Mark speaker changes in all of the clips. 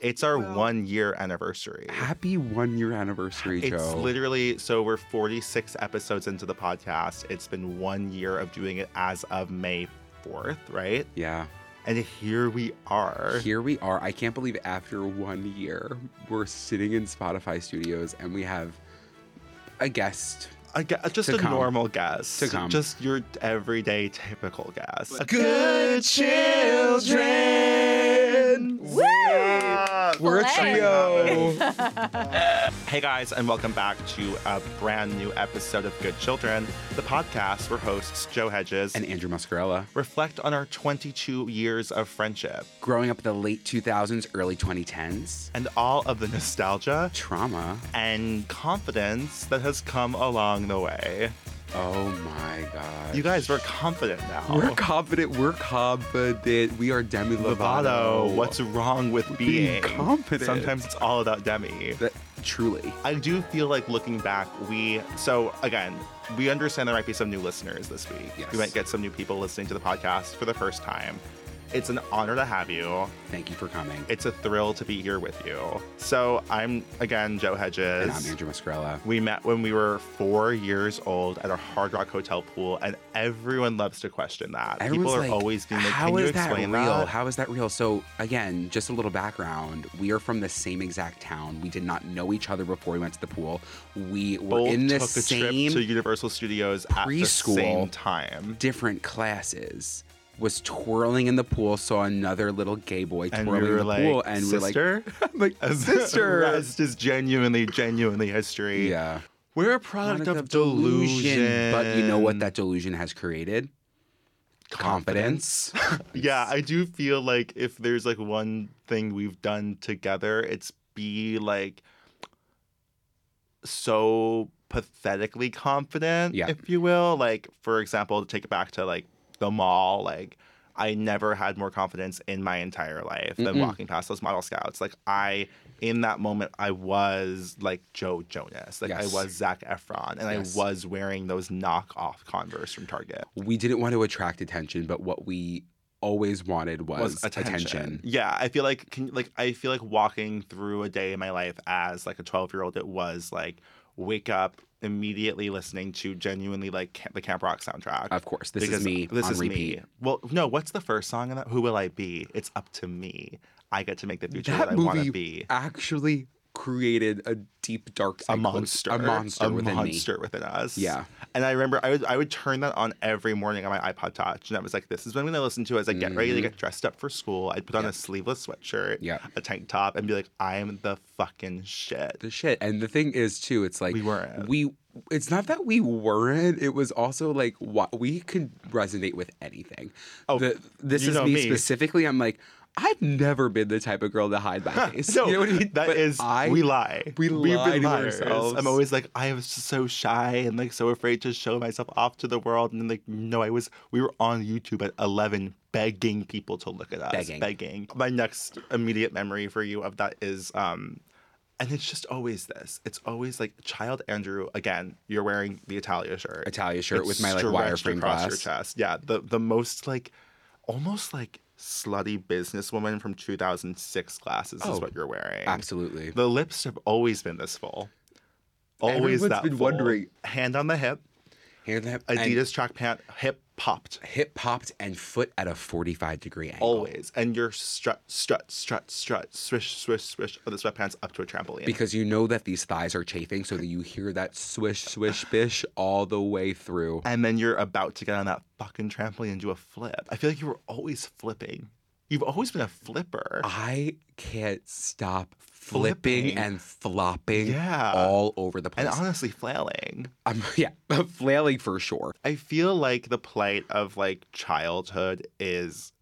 Speaker 1: It's our one year anniversary.
Speaker 2: Happy one year anniversary, Joe.
Speaker 1: It's literally so we're 46 episodes into the podcast. It's been one year of doing it as of May 4th, right?
Speaker 2: yeah.
Speaker 1: And here we are.
Speaker 2: Here we are. I can't believe after one year, we're sitting in Spotify studios and we have a guest.
Speaker 1: A gu- uh, just
Speaker 2: To
Speaker 1: a
Speaker 2: come.
Speaker 1: normal guest.
Speaker 2: To come.
Speaker 1: Just your everyday typical guest. A
Speaker 2: Good children.
Speaker 3: Woo!
Speaker 1: Yeah.
Speaker 2: We're a
Speaker 3: Slay.
Speaker 2: trio.
Speaker 1: Hey guys, and welcome back to a brand new episode of Good Children, the podcast where hosts Joe Hedges
Speaker 2: and Andrew Muscarella.
Speaker 1: reflect on our 22 years of friendship
Speaker 2: Growing up in the late 2000s, early 2010s,
Speaker 1: and all of the nostalgia
Speaker 2: trauma.
Speaker 1: and confidence that has come along the way.
Speaker 2: Oh my God.
Speaker 1: You guys, we're confident now.
Speaker 2: We're confident. We're confident. We are Demi Lovato.
Speaker 1: Lovato, what's wrong with being,
Speaker 2: Being confident.
Speaker 1: Sometimes it's all about Demi.
Speaker 2: that? Truly.
Speaker 1: I do feel like looking back, we so again, we understand there might be some new listeners this week.
Speaker 2: Yes.
Speaker 1: We might get some new people listening to the podcast for the first time. It's an honor to have you.
Speaker 2: Thank you for coming.
Speaker 1: It's a thrill to be here with you. So I'm again Joe Hedges.
Speaker 2: and I'm Andrew Muscarella.
Speaker 1: We met when we were four years old at our Hard Rock Hotel pool, and everyone loves to question that. People
Speaker 2: Everyone's
Speaker 1: are
Speaker 2: like,
Speaker 1: always being like,
Speaker 2: "How
Speaker 1: "Can you
Speaker 2: is
Speaker 1: explain uh,
Speaker 2: that real?
Speaker 1: that?"
Speaker 2: How is that real?" So again, just a little background. We are from the same exact town. We did not know each other before we went to the pool. We were
Speaker 1: Both
Speaker 2: in the
Speaker 1: took a
Speaker 2: same
Speaker 1: trip to Universal Studios at
Speaker 2: preschool.
Speaker 1: the same time.
Speaker 2: different classes. Was twirling in the pool, saw another little gay boy
Speaker 1: And
Speaker 2: twirling
Speaker 1: we
Speaker 2: in
Speaker 1: were
Speaker 2: the
Speaker 1: like,
Speaker 2: pool, and we're
Speaker 1: sister?
Speaker 2: like, like
Speaker 1: As
Speaker 2: sister.
Speaker 1: The rest is genuinely, genuinely history.
Speaker 2: Yeah,
Speaker 1: We're a product
Speaker 2: Product
Speaker 1: of delusion.
Speaker 2: But you know what that delusion has created? Confidence.
Speaker 1: Yeah, I do feel like if there's like one thing we've done together, it's be like so pathetically confident,
Speaker 2: Yeah.
Speaker 1: if you will. Like, for example, to take it back to like the mall, like I never had more confidence in my entire life than
Speaker 2: Mm-mm.
Speaker 1: walking past those model scouts. Like I in that moment I was like Joe Jonas. Like
Speaker 2: Yes.
Speaker 1: I was Zach Efron and
Speaker 2: Yes.
Speaker 1: I was wearing those knockoff Converse from Target.
Speaker 2: we didn't want to attract attention, but what we always wanted was, attention.
Speaker 1: Yeah, I feel like can, like I feel like walking through a day in my life as like a 12-year-old it was like wake up immediately listening to genuinely like ca- the Camp Rock soundtrack.
Speaker 2: Of course, Uh, this
Speaker 1: Because
Speaker 2: is me
Speaker 1: This
Speaker 2: on
Speaker 1: is
Speaker 2: repeat.
Speaker 1: me. Well, no, what's the first song in that? Who will I be? It's up to me. I get to make the future
Speaker 2: That
Speaker 1: that I want
Speaker 2: movie-
Speaker 1: to be.
Speaker 2: Actually, created a deep dark
Speaker 1: A
Speaker 2: cycle-
Speaker 1: monster,
Speaker 2: a monster within
Speaker 1: monster within us.
Speaker 2: me. Yeah,
Speaker 1: and I remember I would I would turn that on every morning on my iPod Touch, and I was like, "This is what I'm going to listen to as I get ready to
Speaker 2: Mhm.
Speaker 1: get dressed up for school." I'd put on
Speaker 2: Yeah.
Speaker 1: a sleeveless sweatshirt,
Speaker 2: yeah,
Speaker 1: a tank top and be like, I'm the fucking shit.
Speaker 2: the shit. And the thing is, too, it's like
Speaker 1: we weren't.
Speaker 2: we. It's not that we weren't. It was also like what we could resonate with anything.
Speaker 1: Oh,
Speaker 2: The- this
Speaker 1: you
Speaker 2: is
Speaker 1: know
Speaker 2: me,
Speaker 1: me.
Speaker 2: specifically. I'm like, I've never been the type of girl to hide my face.
Speaker 1: no,
Speaker 2: you know what I mean?
Speaker 1: that
Speaker 2: But
Speaker 1: is
Speaker 2: I
Speaker 1: we lie.
Speaker 2: we
Speaker 1: We've
Speaker 2: lie
Speaker 1: been
Speaker 2: to
Speaker 1: liars.
Speaker 2: ourselves.
Speaker 1: I'm always like, I was just so shy and like so afraid to show myself off to the world. And then, like, no, I was. We were on YouTube at 11, begging people to look at us,
Speaker 2: Begging.
Speaker 1: My next immediate memory for you of that is, um, and it's just always this. It's always like child Andrew. Again, you're wearing the Italia shirt.
Speaker 2: Italia shirt
Speaker 1: It's
Speaker 2: with my like
Speaker 1: stretched
Speaker 2: wireframe
Speaker 1: across
Speaker 2: glass.
Speaker 1: your chest. Yeah, the the most like almost like slutty businesswoman from 2006 glasses
Speaker 2: Oh,
Speaker 1: is what you're wearing.
Speaker 2: Absolutely.
Speaker 1: The lips have always been this full. Always
Speaker 2: Everyone's
Speaker 1: that
Speaker 2: been
Speaker 1: full.
Speaker 2: wondering.
Speaker 1: Hand on the hip,
Speaker 2: Hand that
Speaker 1: Adidas track pant, hip popped.
Speaker 2: hip popped and foot at a 45 degree angle.
Speaker 1: Always. And you're strut, strut, strut, strut, swish, swish, swish of the sweatpants up to a trampoline.
Speaker 2: Because you know that these thighs are chafing, so that you hear that swish, swish, bish all the way through.
Speaker 1: and then you're about to get on that fucking trampoline and do a flip. I feel like you were always flipping. You've always been a flipper.
Speaker 2: I can't stop flipping,
Speaker 1: Flipping.
Speaker 2: and flopping
Speaker 1: Yeah.
Speaker 2: all over the place.
Speaker 1: and honestly, flailing.
Speaker 2: I'm, yeah, flailing for sure.
Speaker 1: I feel like the plight of like childhood is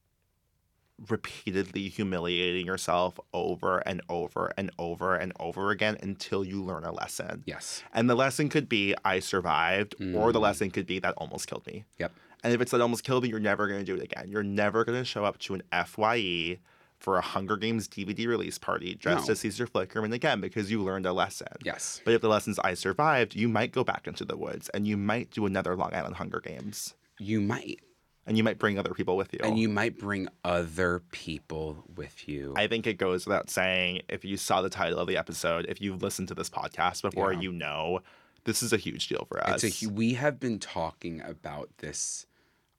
Speaker 1: repeatedly humiliating yourself over and over and over and over again until you learn a lesson.
Speaker 2: Yes.
Speaker 1: And the lesson could be I survived, or the
Speaker 2: Mm.
Speaker 1: lesson could be that almost killed me.
Speaker 2: Yep.
Speaker 1: And if it's that almost killed me, you're never going to do it again. You're never going to show up to an FYE for a Hunger Games DVD release party dressed
Speaker 2: No.
Speaker 1: as Caesar Flickerman again because you learned a lesson.
Speaker 2: Yes.
Speaker 1: But if the lessons I survived, you might go back into the woods and you might do another Long Island Hunger Games.
Speaker 2: You might.
Speaker 1: And you might bring other people with you.
Speaker 2: And you might bring other people with you.
Speaker 1: I think it goes without saying if you saw the title of the episode, if you've listened to this podcast before,
Speaker 2: Yeah.
Speaker 1: you know this is a huge deal for us.
Speaker 2: It's a hu- we have been talking about this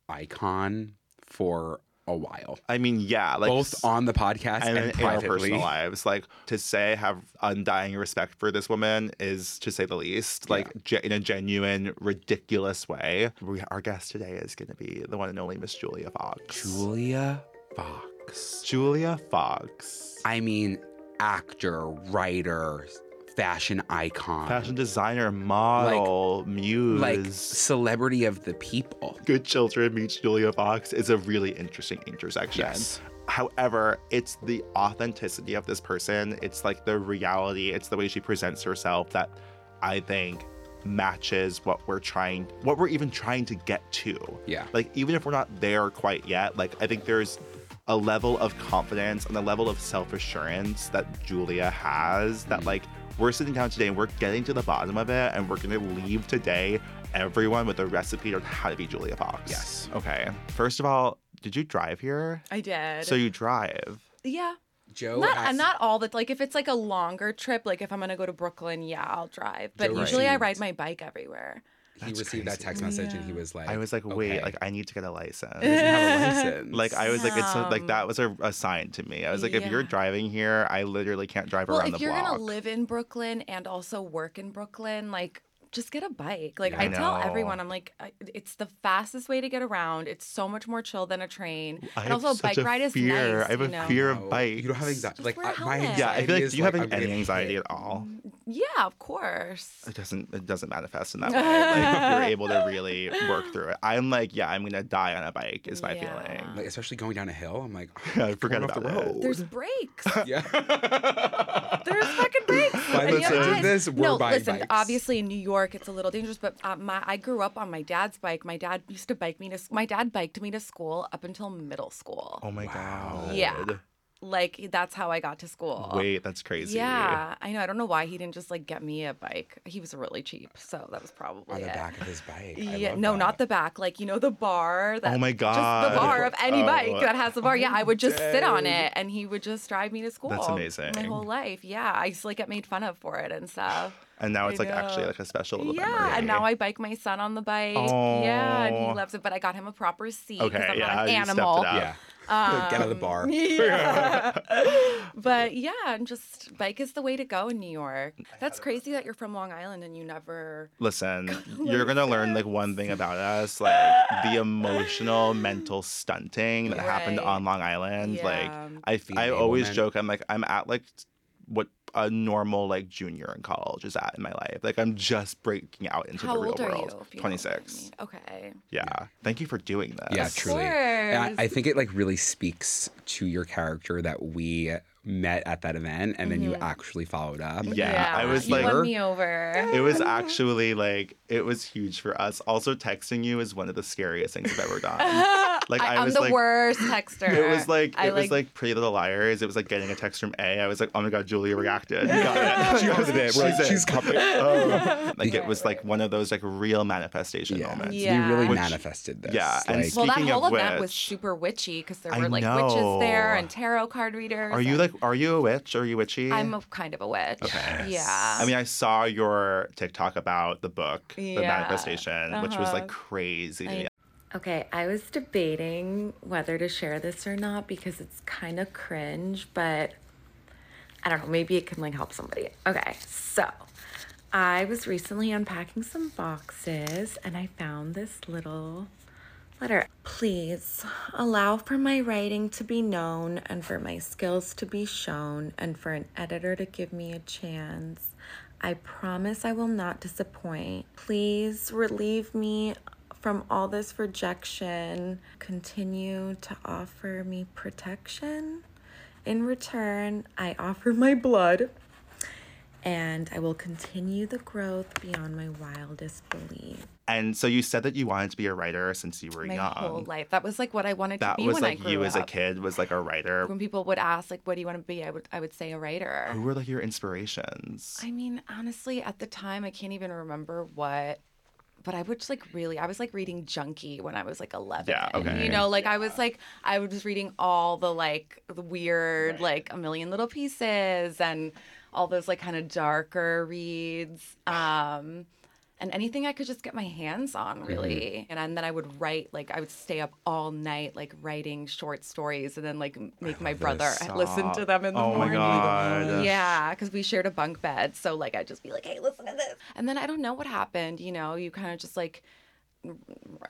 Speaker 2: icon for a while,
Speaker 1: I mean, yeah, like
Speaker 2: both on the podcast
Speaker 1: and
Speaker 2: and,
Speaker 1: in our
Speaker 2: privately.
Speaker 1: personal lives. Like to say I have undying respect for this woman is to say the least.
Speaker 2: Yeah.
Speaker 1: Like ge- in a genuine, ridiculous way. We, our guest today is going to be the one and only Miss Julia Fox.
Speaker 2: Julia Fox.
Speaker 1: Julia Fox,
Speaker 2: I mean, actor, writer, fashion icon,
Speaker 1: fashion designer, model, muse.
Speaker 2: like celebrity of the people.
Speaker 1: Good Children meets Julia Fox is a really interesting intersection. However, it's the authenticity of this person, it's like the reality, it's the way she presents herself that I think matches what we're trying what we're even trying to get to.
Speaker 2: Yeah.
Speaker 1: Like even if we're not there quite yet, like I think there's a level of confidence and a level of self-assurance that Julia has that like we're sitting down today and we're getting to the bottom of it and we're going to leave today everyone with a recipe on how to be Julia Fox.
Speaker 2: Yes.
Speaker 1: Okay. First of all, did you drive here?
Speaker 4: I did.
Speaker 1: So you Oh, drive.
Speaker 4: yeah,
Speaker 2: Joe
Speaker 4: not
Speaker 2: has-
Speaker 4: not all the like. If it's like a longer trip, like if I'm gonna go to Brooklyn, yeah, I'll drive. But
Speaker 2: Joe
Speaker 4: usually I ride
Speaker 2: received-
Speaker 4: my bike everywhere.
Speaker 2: he
Speaker 1: That's
Speaker 2: received that
Speaker 1: crazy.
Speaker 2: text message and he
Speaker 4: Yeah.
Speaker 2: was like,
Speaker 1: I was like, wait,
Speaker 2: okay.
Speaker 1: like I need to get a
Speaker 2: He doesn't
Speaker 1: license.
Speaker 2: have a license.
Speaker 1: like I was like, it's a, like
Speaker 4: Um,
Speaker 1: that was a, a sign to me. I was like, if you're
Speaker 4: yeah.
Speaker 1: driving here, I literally can't drive
Speaker 4: Well,
Speaker 1: around
Speaker 4: if
Speaker 1: the
Speaker 4: you're
Speaker 1: block.
Speaker 4: gonna live in Brooklyn and also work in Brooklyn, like just get a bike. Like
Speaker 2: Yeah.
Speaker 4: I,
Speaker 2: I
Speaker 4: tell
Speaker 1: know.
Speaker 4: everyone, I'm like, I, it's the fastest way to get around. It's so much more chill than a train.
Speaker 1: I
Speaker 4: and
Speaker 1: have
Speaker 4: also, a
Speaker 1: such
Speaker 4: bike
Speaker 1: a
Speaker 4: ride is
Speaker 1: fear.
Speaker 4: nice.
Speaker 1: I have
Speaker 4: you
Speaker 1: a
Speaker 4: know?
Speaker 1: fear. You're a
Speaker 2: No,
Speaker 1: bike.
Speaker 2: You don't have anxiety.
Speaker 4: Just
Speaker 2: Like
Speaker 4: wear a
Speaker 2: I- my
Speaker 4: helmet.
Speaker 2: anxiety.
Speaker 1: yeah, I feel like
Speaker 2: is
Speaker 1: do you have
Speaker 2: like, I'm
Speaker 1: any
Speaker 2: getting
Speaker 1: anxiety
Speaker 2: hit.
Speaker 1: at all?
Speaker 4: Yeah, of course.
Speaker 1: It doesn't it doesn't manifest in that way. Like you're able to really work through it. I'm like, yeah, I'm gonna die on a bike is my
Speaker 4: Yeah.
Speaker 1: feeling.
Speaker 2: Like especially going down a hill. I'm like,
Speaker 1: I forgot
Speaker 2: going off
Speaker 1: about
Speaker 2: the road.
Speaker 4: There's brakes.
Speaker 2: yeah.
Speaker 4: There's fucking brakes.
Speaker 2: By
Speaker 4: And
Speaker 2: the
Speaker 4: you have
Speaker 2: time of
Speaker 4: eyes.
Speaker 2: this, we're
Speaker 4: no,
Speaker 2: buying
Speaker 4: listen.
Speaker 2: bikes.
Speaker 4: Obviously, in New York, it's a little dangerous. But uh, my, I grew up on my dad's bike. My dad used to bike me to. s- My dad biked me to school up until middle school.
Speaker 1: Oh my
Speaker 2: Wow.
Speaker 1: god.
Speaker 4: Yeah. Like that's how I got to school.
Speaker 1: Wait, that's crazy.
Speaker 4: Yeah, I know. I don't know why he didn't just like get me a bike. He was really cheap, so that was probably
Speaker 2: On the
Speaker 4: it.
Speaker 2: back of his bike. I
Speaker 4: Yeah,
Speaker 2: love
Speaker 4: no,
Speaker 2: that.
Speaker 4: not the back. Like you know, the bar. That,
Speaker 1: Oh my
Speaker 4: Just
Speaker 1: God.
Speaker 4: the bar of any
Speaker 1: Oh.
Speaker 4: bike that has the bar. Yeah, I would just sit on
Speaker 2: dead.
Speaker 4: it, and he would just drive me to school. My
Speaker 1: amazing.
Speaker 4: whole life. Yeah, I used to like get made fun of for it and stuff.
Speaker 1: And now
Speaker 4: I
Speaker 1: it's like actually
Speaker 4: know.
Speaker 1: like a special
Speaker 4: yeah,
Speaker 1: memory.
Speaker 4: and now I bike my son on the bike. Yeah, and
Speaker 1: Aw.
Speaker 4: he loves it. But I got him a proper seat because
Speaker 1: Okay,
Speaker 4: I'm
Speaker 1: yeah,
Speaker 4: not an
Speaker 1: you stepped it
Speaker 4: animal.
Speaker 1: up.
Speaker 2: Yeah. Get out of the bar.
Speaker 4: Um, Yeah. but yeah, and just bike is the way to go in New York. That's crazy that you're from Long Island and you never.
Speaker 1: Listen, you're gonna learn like one thing about us, like the emotional mental stunting that happened
Speaker 4: Right.
Speaker 1: on Long Island.
Speaker 4: Yeah.
Speaker 1: Like
Speaker 2: The
Speaker 1: I I always
Speaker 2: enablement.
Speaker 1: joke I'm like I'm at like what a normal like junior in college is at in my life. Like I'm just breaking out into
Speaker 4: How
Speaker 1: the real
Speaker 4: old are
Speaker 1: world.
Speaker 4: you? if you know what I
Speaker 1: Twenty six.
Speaker 4: mean? Okay.
Speaker 1: Yeah. Thank you for doing this.
Speaker 2: Yeah,
Speaker 4: Of
Speaker 2: truly.
Speaker 4: course.
Speaker 2: And I, I think it like really speaks to your character that we met at that event and then you
Speaker 4: Mm-hmm.
Speaker 2: actually followed up.
Speaker 1: Yeah, I was
Speaker 4: you
Speaker 1: like-
Speaker 4: won me over.
Speaker 1: It was actually like it was huge for us. Also, texting you is one of the scariest things I've ever done. Like I,
Speaker 4: I, am
Speaker 1: was
Speaker 4: the
Speaker 1: like,
Speaker 4: worst texter.
Speaker 1: it was like
Speaker 4: I
Speaker 1: it was like Pretty Little Liars. It was like getting a text from A. I was like, oh my god, Julia reacted. You got it.
Speaker 2: She was there. We're like,
Speaker 1: She's in.
Speaker 2: she's coming.
Speaker 1: Oh. Like it
Speaker 4: Right,
Speaker 1: was like
Speaker 4: right.
Speaker 1: one of those like real manifestation moments.
Speaker 4: Yeah.
Speaker 2: We really
Speaker 1: Which-
Speaker 2: manifested this.
Speaker 1: yeah, and
Speaker 2: Like,
Speaker 4: well, that
Speaker 1: Speaking of
Speaker 4: whole event was
Speaker 1: which-
Speaker 4: super witchy because there
Speaker 1: I
Speaker 4: were like
Speaker 1: know.
Speaker 4: witches there and tarot card readers.
Speaker 1: Are you
Speaker 4: and-
Speaker 1: like are you a witch? Are you witchy?
Speaker 4: I'm a kind of a witch.
Speaker 1: Okay.
Speaker 4: Yeah.
Speaker 1: I mean, I saw your TikTok about the book, the
Speaker 4: Yeah.
Speaker 1: manifestation, which was like
Speaker 4: Uh-huh.
Speaker 1: crazy.
Speaker 4: I- Okay, I was debating whether to share this or not because it's kind of cringe, but I don't know, maybe it can like help somebody. Okay, so I was recently unpacking some boxes and I found this little letter. Please allow for my writing to be known and for my skills to be shown and for an editor to give me a chance. I promise I will not disappoint. Please relieve me from all this rejection. Continue to offer me protection. In return, I offer my blood and I will continue the growth beyond my wildest belief.
Speaker 1: And so you said that you wanted to be a writer since you were
Speaker 4: My
Speaker 1: young.
Speaker 4: whole life. That was like what I wanted
Speaker 1: um, that
Speaker 4: to be
Speaker 1: was
Speaker 4: when
Speaker 1: like
Speaker 4: I grew
Speaker 1: you
Speaker 4: up.
Speaker 1: as a kid was like a writer.
Speaker 4: When people would ask like what do you want to be? I would I would say a writer.
Speaker 1: Who were like your inspirations?
Speaker 4: I mean, honestly, at the time, I can't even remember what but I was like really, I was like reading junkie when I was like 11.
Speaker 1: Yeah, okay.
Speaker 4: You know, like I was like, I was reading all the like the weird, like a million little pieces and all those like kind of darker reads. Um, and anything I could just get my hands
Speaker 1: Mm-hmm.
Speaker 4: on, really. And, and then I would write, like, I would stay up all night, like, writing short stories and then, like, m- make my brother listen to them in the
Speaker 1: Oh my
Speaker 4: morning.
Speaker 1: God.
Speaker 4: Yeah, because we shared a bunk bed. So, like, I'd just be like, hey, listen to this. And then I don't know what happened. You know, you kind of just, like,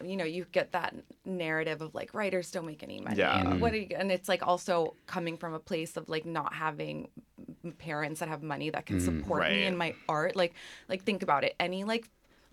Speaker 4: you know, you get that narrative of like writers don't make any money.
Speaker 1: Yeah.
Speaker 4: And what are you, and it's like also coming from a place of like not having m- parents that have money that can support me
Speaker 1: Right.
Speaker 4: in my art. Like, like think about it. Any like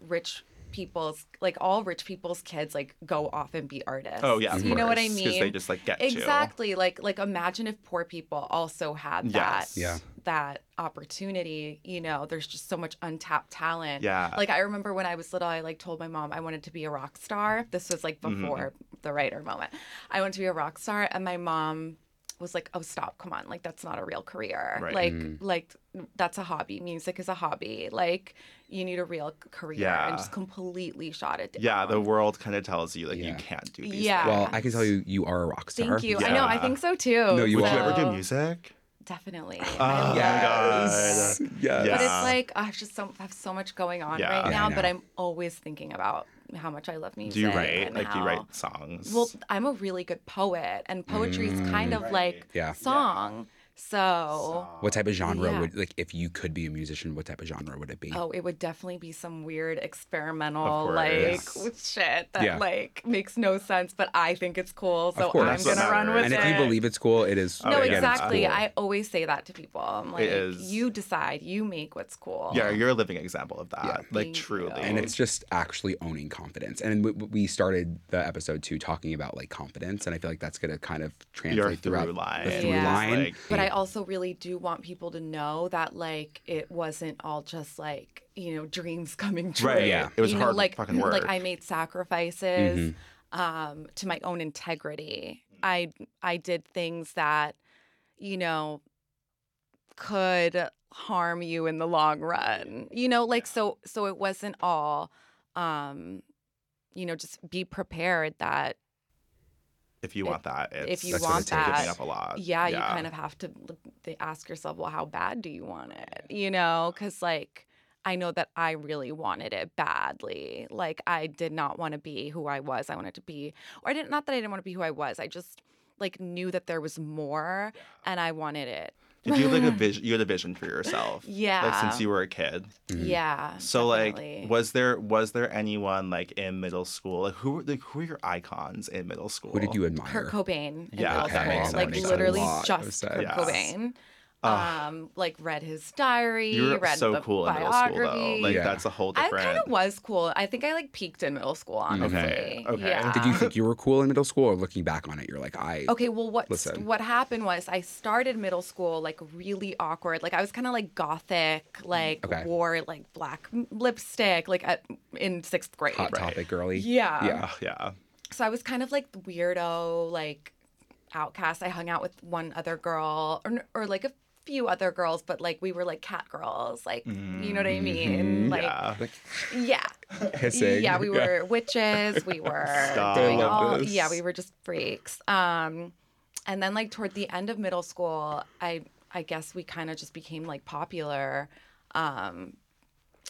Speaker 4: rich people's, like all rich people's kids, like go off and be artists.
Speaker 1: Oh yeah, of
Speaker 4: you know what I
Speaker 1: course, 'cause
Speaker 4: mean?
Speaker 1: they just like get you.
Speaker 4: exactly. Like, like imagine if poor people also had that.
Speaker 1: Yes.
Speaker 2: Yeah.
Speaker 4: That opportunity, you know, there's just so much untapped talent.
Speaker 1: Yeah.
Speaker 4: Like I remember when I was little, I like told my mom I wanted to be a rock star. This was like
Speaker 1: Mm-hmm.
Speaker 4: before the writer moment. I wanted to be a rock star, and my mom was like, "Oh, stop! Come on! Like that's not a real career.
Speaker 1: Right.
Speaker 4: Like, like that's a hobby. Music is a hobby. Like you need a real c- career."
Speaker 1: Yeah.
Speaker 4: And just completely shot it down.
Speaker 1: Yeah, the world kind of tells you like
Speaker 2: Yeah.
Speaker 1: you can't do these.
Speaker 4: um, Yeah.
Speaker 1: Things.
Speaker 2: Well, I can tell you, you are a rock star.
Speaker 4: Thank you. I know. I
Speaker 1: Yeah.
Speaker 4: think so too.
Speaker 2: No, you
Speaker 1: Would
Speaker 2: are.
Speaker 1: you ever do
Speaker 4: So,
Speaker 1: music?
Speaker 4: Definitely.
Speaker 1: Oh
Speaker 4: I
Speaker 1: my
Speaker 4: love-
Speaker 2: Yes. Yes.
Speaker 4: But
Speaker 1: Yeah.
Speaker 4: it's like I just so, have so much going on
Speaker 1: Yeah.
Speaker 4: right
Speaker 1: Yeah,
Speaker 4: now,
Speaker 2: I
Speaker 4: but
Speaker 2: know.
Speaker 4: I'm always thinking about how much I love music.
Speaker 1: Do you write?
Speaker 4: and
Speaker 1: Like, do you
Speaker 4: how-
Speaker 1: write songs?
Speaker 4: Well, I'm a really good poet, and poetry is
Speaker 1: Mm.
Speaker 4: kind of like
Speaker 2: Yeah.
Speaker 4: song. So,
Speaker 2: What type of genre
Speaker 4: Yeah.
Speaker 2: would like if you could be a musician? What type of genre would it be?
Speaker 4: oh, it would definitely be some weird experimental
Speaker 1: course.
Speaker 4: like
Speaker 1: Yes.
Speaker 4: shit that
Speaker 2: Yeah.
Speaker 4: like makes no sense, but I think it's cool, so
Speaker 2: course.
Speaker 4: I'm
Speaker 1: That's what
Speaker 4: gonna run with
Speaker 1: matters.
Speaker 2: and
Speaker 4: it.
Speaker 2: if you believe it's cool, it is.
Speaker 1: Oh,
Speaker 4: no,
Speaker 1: yeah.
Speaker 2: again, it's
Speaker 4: exactly.
Speaker 2: cool.
Speaker 4: I always say that to people. I'm like,
Speaker 1: is.
Speaker 4: you decide, you make what's cool.
Speaker 1: yeah, you're a living example of that. Like
Speaker 4: Thank
Speaker 1: truly.
Speaker 4: you.
Speaker 2: and it's just actually owning confidence. And we, we started the episode too talking about like confidence, and I feel like that's gonna kind of translate
Speaker 1: your
Speaker 2: throughout
Speaker 1: through line.
Speaker 2: the through
Speaker 4: Yeah.
Speaker 2: line.
Speaker 1: Like,
Speaker 4: But I also really do want people to know that like it wasn't all just like, you know, dreams coming true.
Speaker 1: Right,
Speaker 2: yeah.
Speaker 1: It was
Speaker 4: you
Speaker 1: hard
Speaker 4: like
Speaker 1: fucking
Speaker 4: like
Speaker 1: work. Mm-hmm.
Speaker 4: I made sacrifices um to my own integrity. I I did things that, you know, could harm you in the long run. You know, like so so it wasn't all um you know, just be prepared that
Speaker 1: if you
Speaker 4: if-
Speaker 1: want that, it's,
Speaker 4: you
Speaker 1: that's
Speaker 2: want
Speaker 1: it's giving
Speaker 2: that,
Speaker 1: up a lot.
Speaker 4: yeah, you kind of have to l- th- ask yourself, well, how bad do you want it? You know, because like I know that I really wanted it badly. Like I did not want to be who I was. I wanted to be, or I didn't. Not that I didn't want to be who I was. I just like knew that there was more, and I wanted it.
Speaker 1: Did you like a vision? You had a vision for yourself. Like
Speaker 4: Yeah.
Speaker 1: since you were a kid.
Speaker 4: Yeah.
Speaker 1: So
Speaker 4: definitely.
Speaker 1: like, was there was there anyone like in middle school? Like who were like who were your icons in middle school?
Speaker 2: Who did you admire?
Speaker 4: Kurt Cobain. in
Speaker 1: Yeah,
Speaker 4: middle
Speaker 1: okay, that
Speaker 4: school.
Speaker 1: makes- that
Speaker 4: like
Speaker 1: makes a
Speaker 4: literally
Speaker 2: lot of
Speaker 4: just
Speaker 2: sense.
Speaker 4: Kurt
Speaker 1: Yes.
Speaker 4: Cobain. Um, like read his diary.
Speaker 1: You were
Speaker 4: read
Speaker 1: Ah, so
Speaker 4: the
Speaker 1: cool in middle
Speaker 4: biography.
Speaker 1: school though. Like
Speaker 2: Yeah.
Speaker 1: that's a whole
Speaker 4: I
Speaker 1: different.
Speaker 4: kind of was cool. I think I like peaked in middle school, honestly.
Speaker 1: Okay, okay.
Speaker 4: Yeah.
Speaker 2: Mm, Did you think you were cool in middle school, or looking back on it, you're like, I
Speaker 4: Okay, well, what
Speaker 2: Listen.
Speaker 4: what happened was I started middle school like really awkward. Like I was kind of like gothic, like
Speaker 2: Okay.
Speaker 4: wore like black m- lipstick, like at, in sixth grade.
Speaker 2: hot topic girly?
Speaker 4: Yeah.
Speaker 2: Yeah.
Speaker 1: Ugh, Ah, yeah.
Speaker 4: So I was kind of like the weirdo, like outcast. I hung out with one other girl, or or like a few other girls, but like we were like cat girls, like you know what
Speaker 2: Mm-hmm.
Speaker 4: I mean? Like
Speaker 1: yeah.
Speaker 4: yeah.
Speaker 2: Hissing.
Speaker 4: Yeah, we were witches. We were
Speaker 1: Stop.
Speaker 4: doing
Speaker 1: I love
Speaker 4: all.
Speaker 2: this.
Speaker 4: Yeah, we were just freaks. Um, and then like toward the end of middle school, I I guess we kind of just became like popular. Um,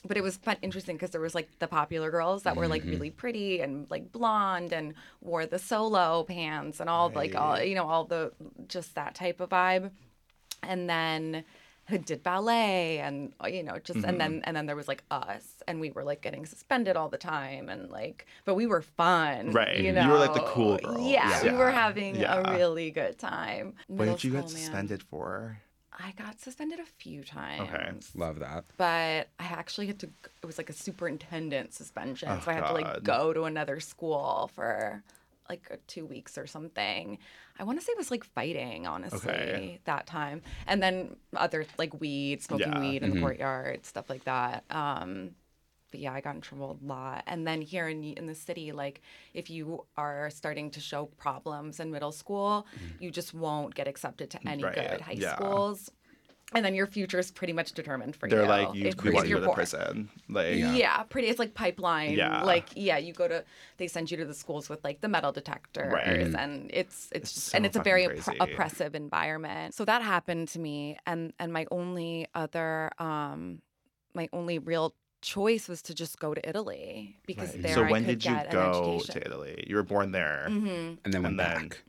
Speaker 4: but it was fun, interesting because there was like the popular girls that were like really
Speaker 1: Mm-hmm.
Speaker 4: pretty and like blonde and wore the solo pants and all like all you know all the just that type of vibe and then who did ballet and uh, you know just and
Speaker 1: Mm-hmm.
Speaker 4: then and then there was like us and we were like getting suspended all the time and like but we were fun
Speaker 1: Right.
Speaker 4: you
Speaker 1: You
Speaker 4: know
Speaker 1: were, like, the cool girls.
Speaker 4: yeah, we
Speaker 1: Yeah.
Speaker 4: were having
Speaker 1: Yeah.
Speaker 4: a really good time
Speaker 1: What
Speaker 4: Middle
Speaker 1: did you get
Speaker 4: school, man.
Speaker 1: suspended for?
Speaker 4: i got suspended a few times
Speaker 2: Love that.
Speaker 4: but I actually had to. g- It was like a superintendent suspension, so I had to like
Speaker 1: Oh, God.
Speaker 4: go to another school for like uh, two weeks or something. I want to say it was like fighting, honestly, that time, and then other like weed, smoking
Speaker 1: Yeah. mm-hmm.
Speaker 4: weed in the courtyard, stuff like that. Um, but yeah, I got in trouble a lot. And then here in in the city, like if you are starting to show problems in middle school, you just won't get accepted to any
Speaker 1: Mm. Right,
Speaker 4: good high
Speaker 1: yeah.
Speaker 4: schools. and then your future is pretty much determined for
Speaker 1: They're
Speaker 4: you.
Speaker 1: like, you,
Speaker 4: if,
Speaker 1: we
Speaker 4: if
Speaker 1: want you
Speaker 4: you're
Speaker 1: to
Speaker 4: poor.
Speaker 1: prison. Like,
Speaker 4: Yeah. pretty. It's like pipeline.
Speaker 1: Yeah.
Speaker 4: Like yeah, you go to they send you to the schools with like the metal detectors,
Speaker 1: Right.
Speaker 4: and it's it's,
Speaker 1: It's
Speaker 4: just,
Speaker 1: so
Speaker 4: and it's a
Speaker 1: fucking
Speaker 4: very oppre-
Speaker 1: crazy.
Speaker 4: oppressive environment. So that happened to me, and and my only other um my only real choice was to just go to Italy because
Speaker 1: Right.
Speaker 4: there
Speaker 1: so
Speaker 4: I
Speaker 1: when
Speaker 4: could
Speaker 1: did you
Speaker 4: get an
Speaker 1: go
Speaker 4: education.
Speaker 1: to Italy? You were born there.
Speaker 4: hmm
Speaker 2: and then
Speaker 1: And
Speaker 2: went
Speaker 1: then-
Speaker 2: back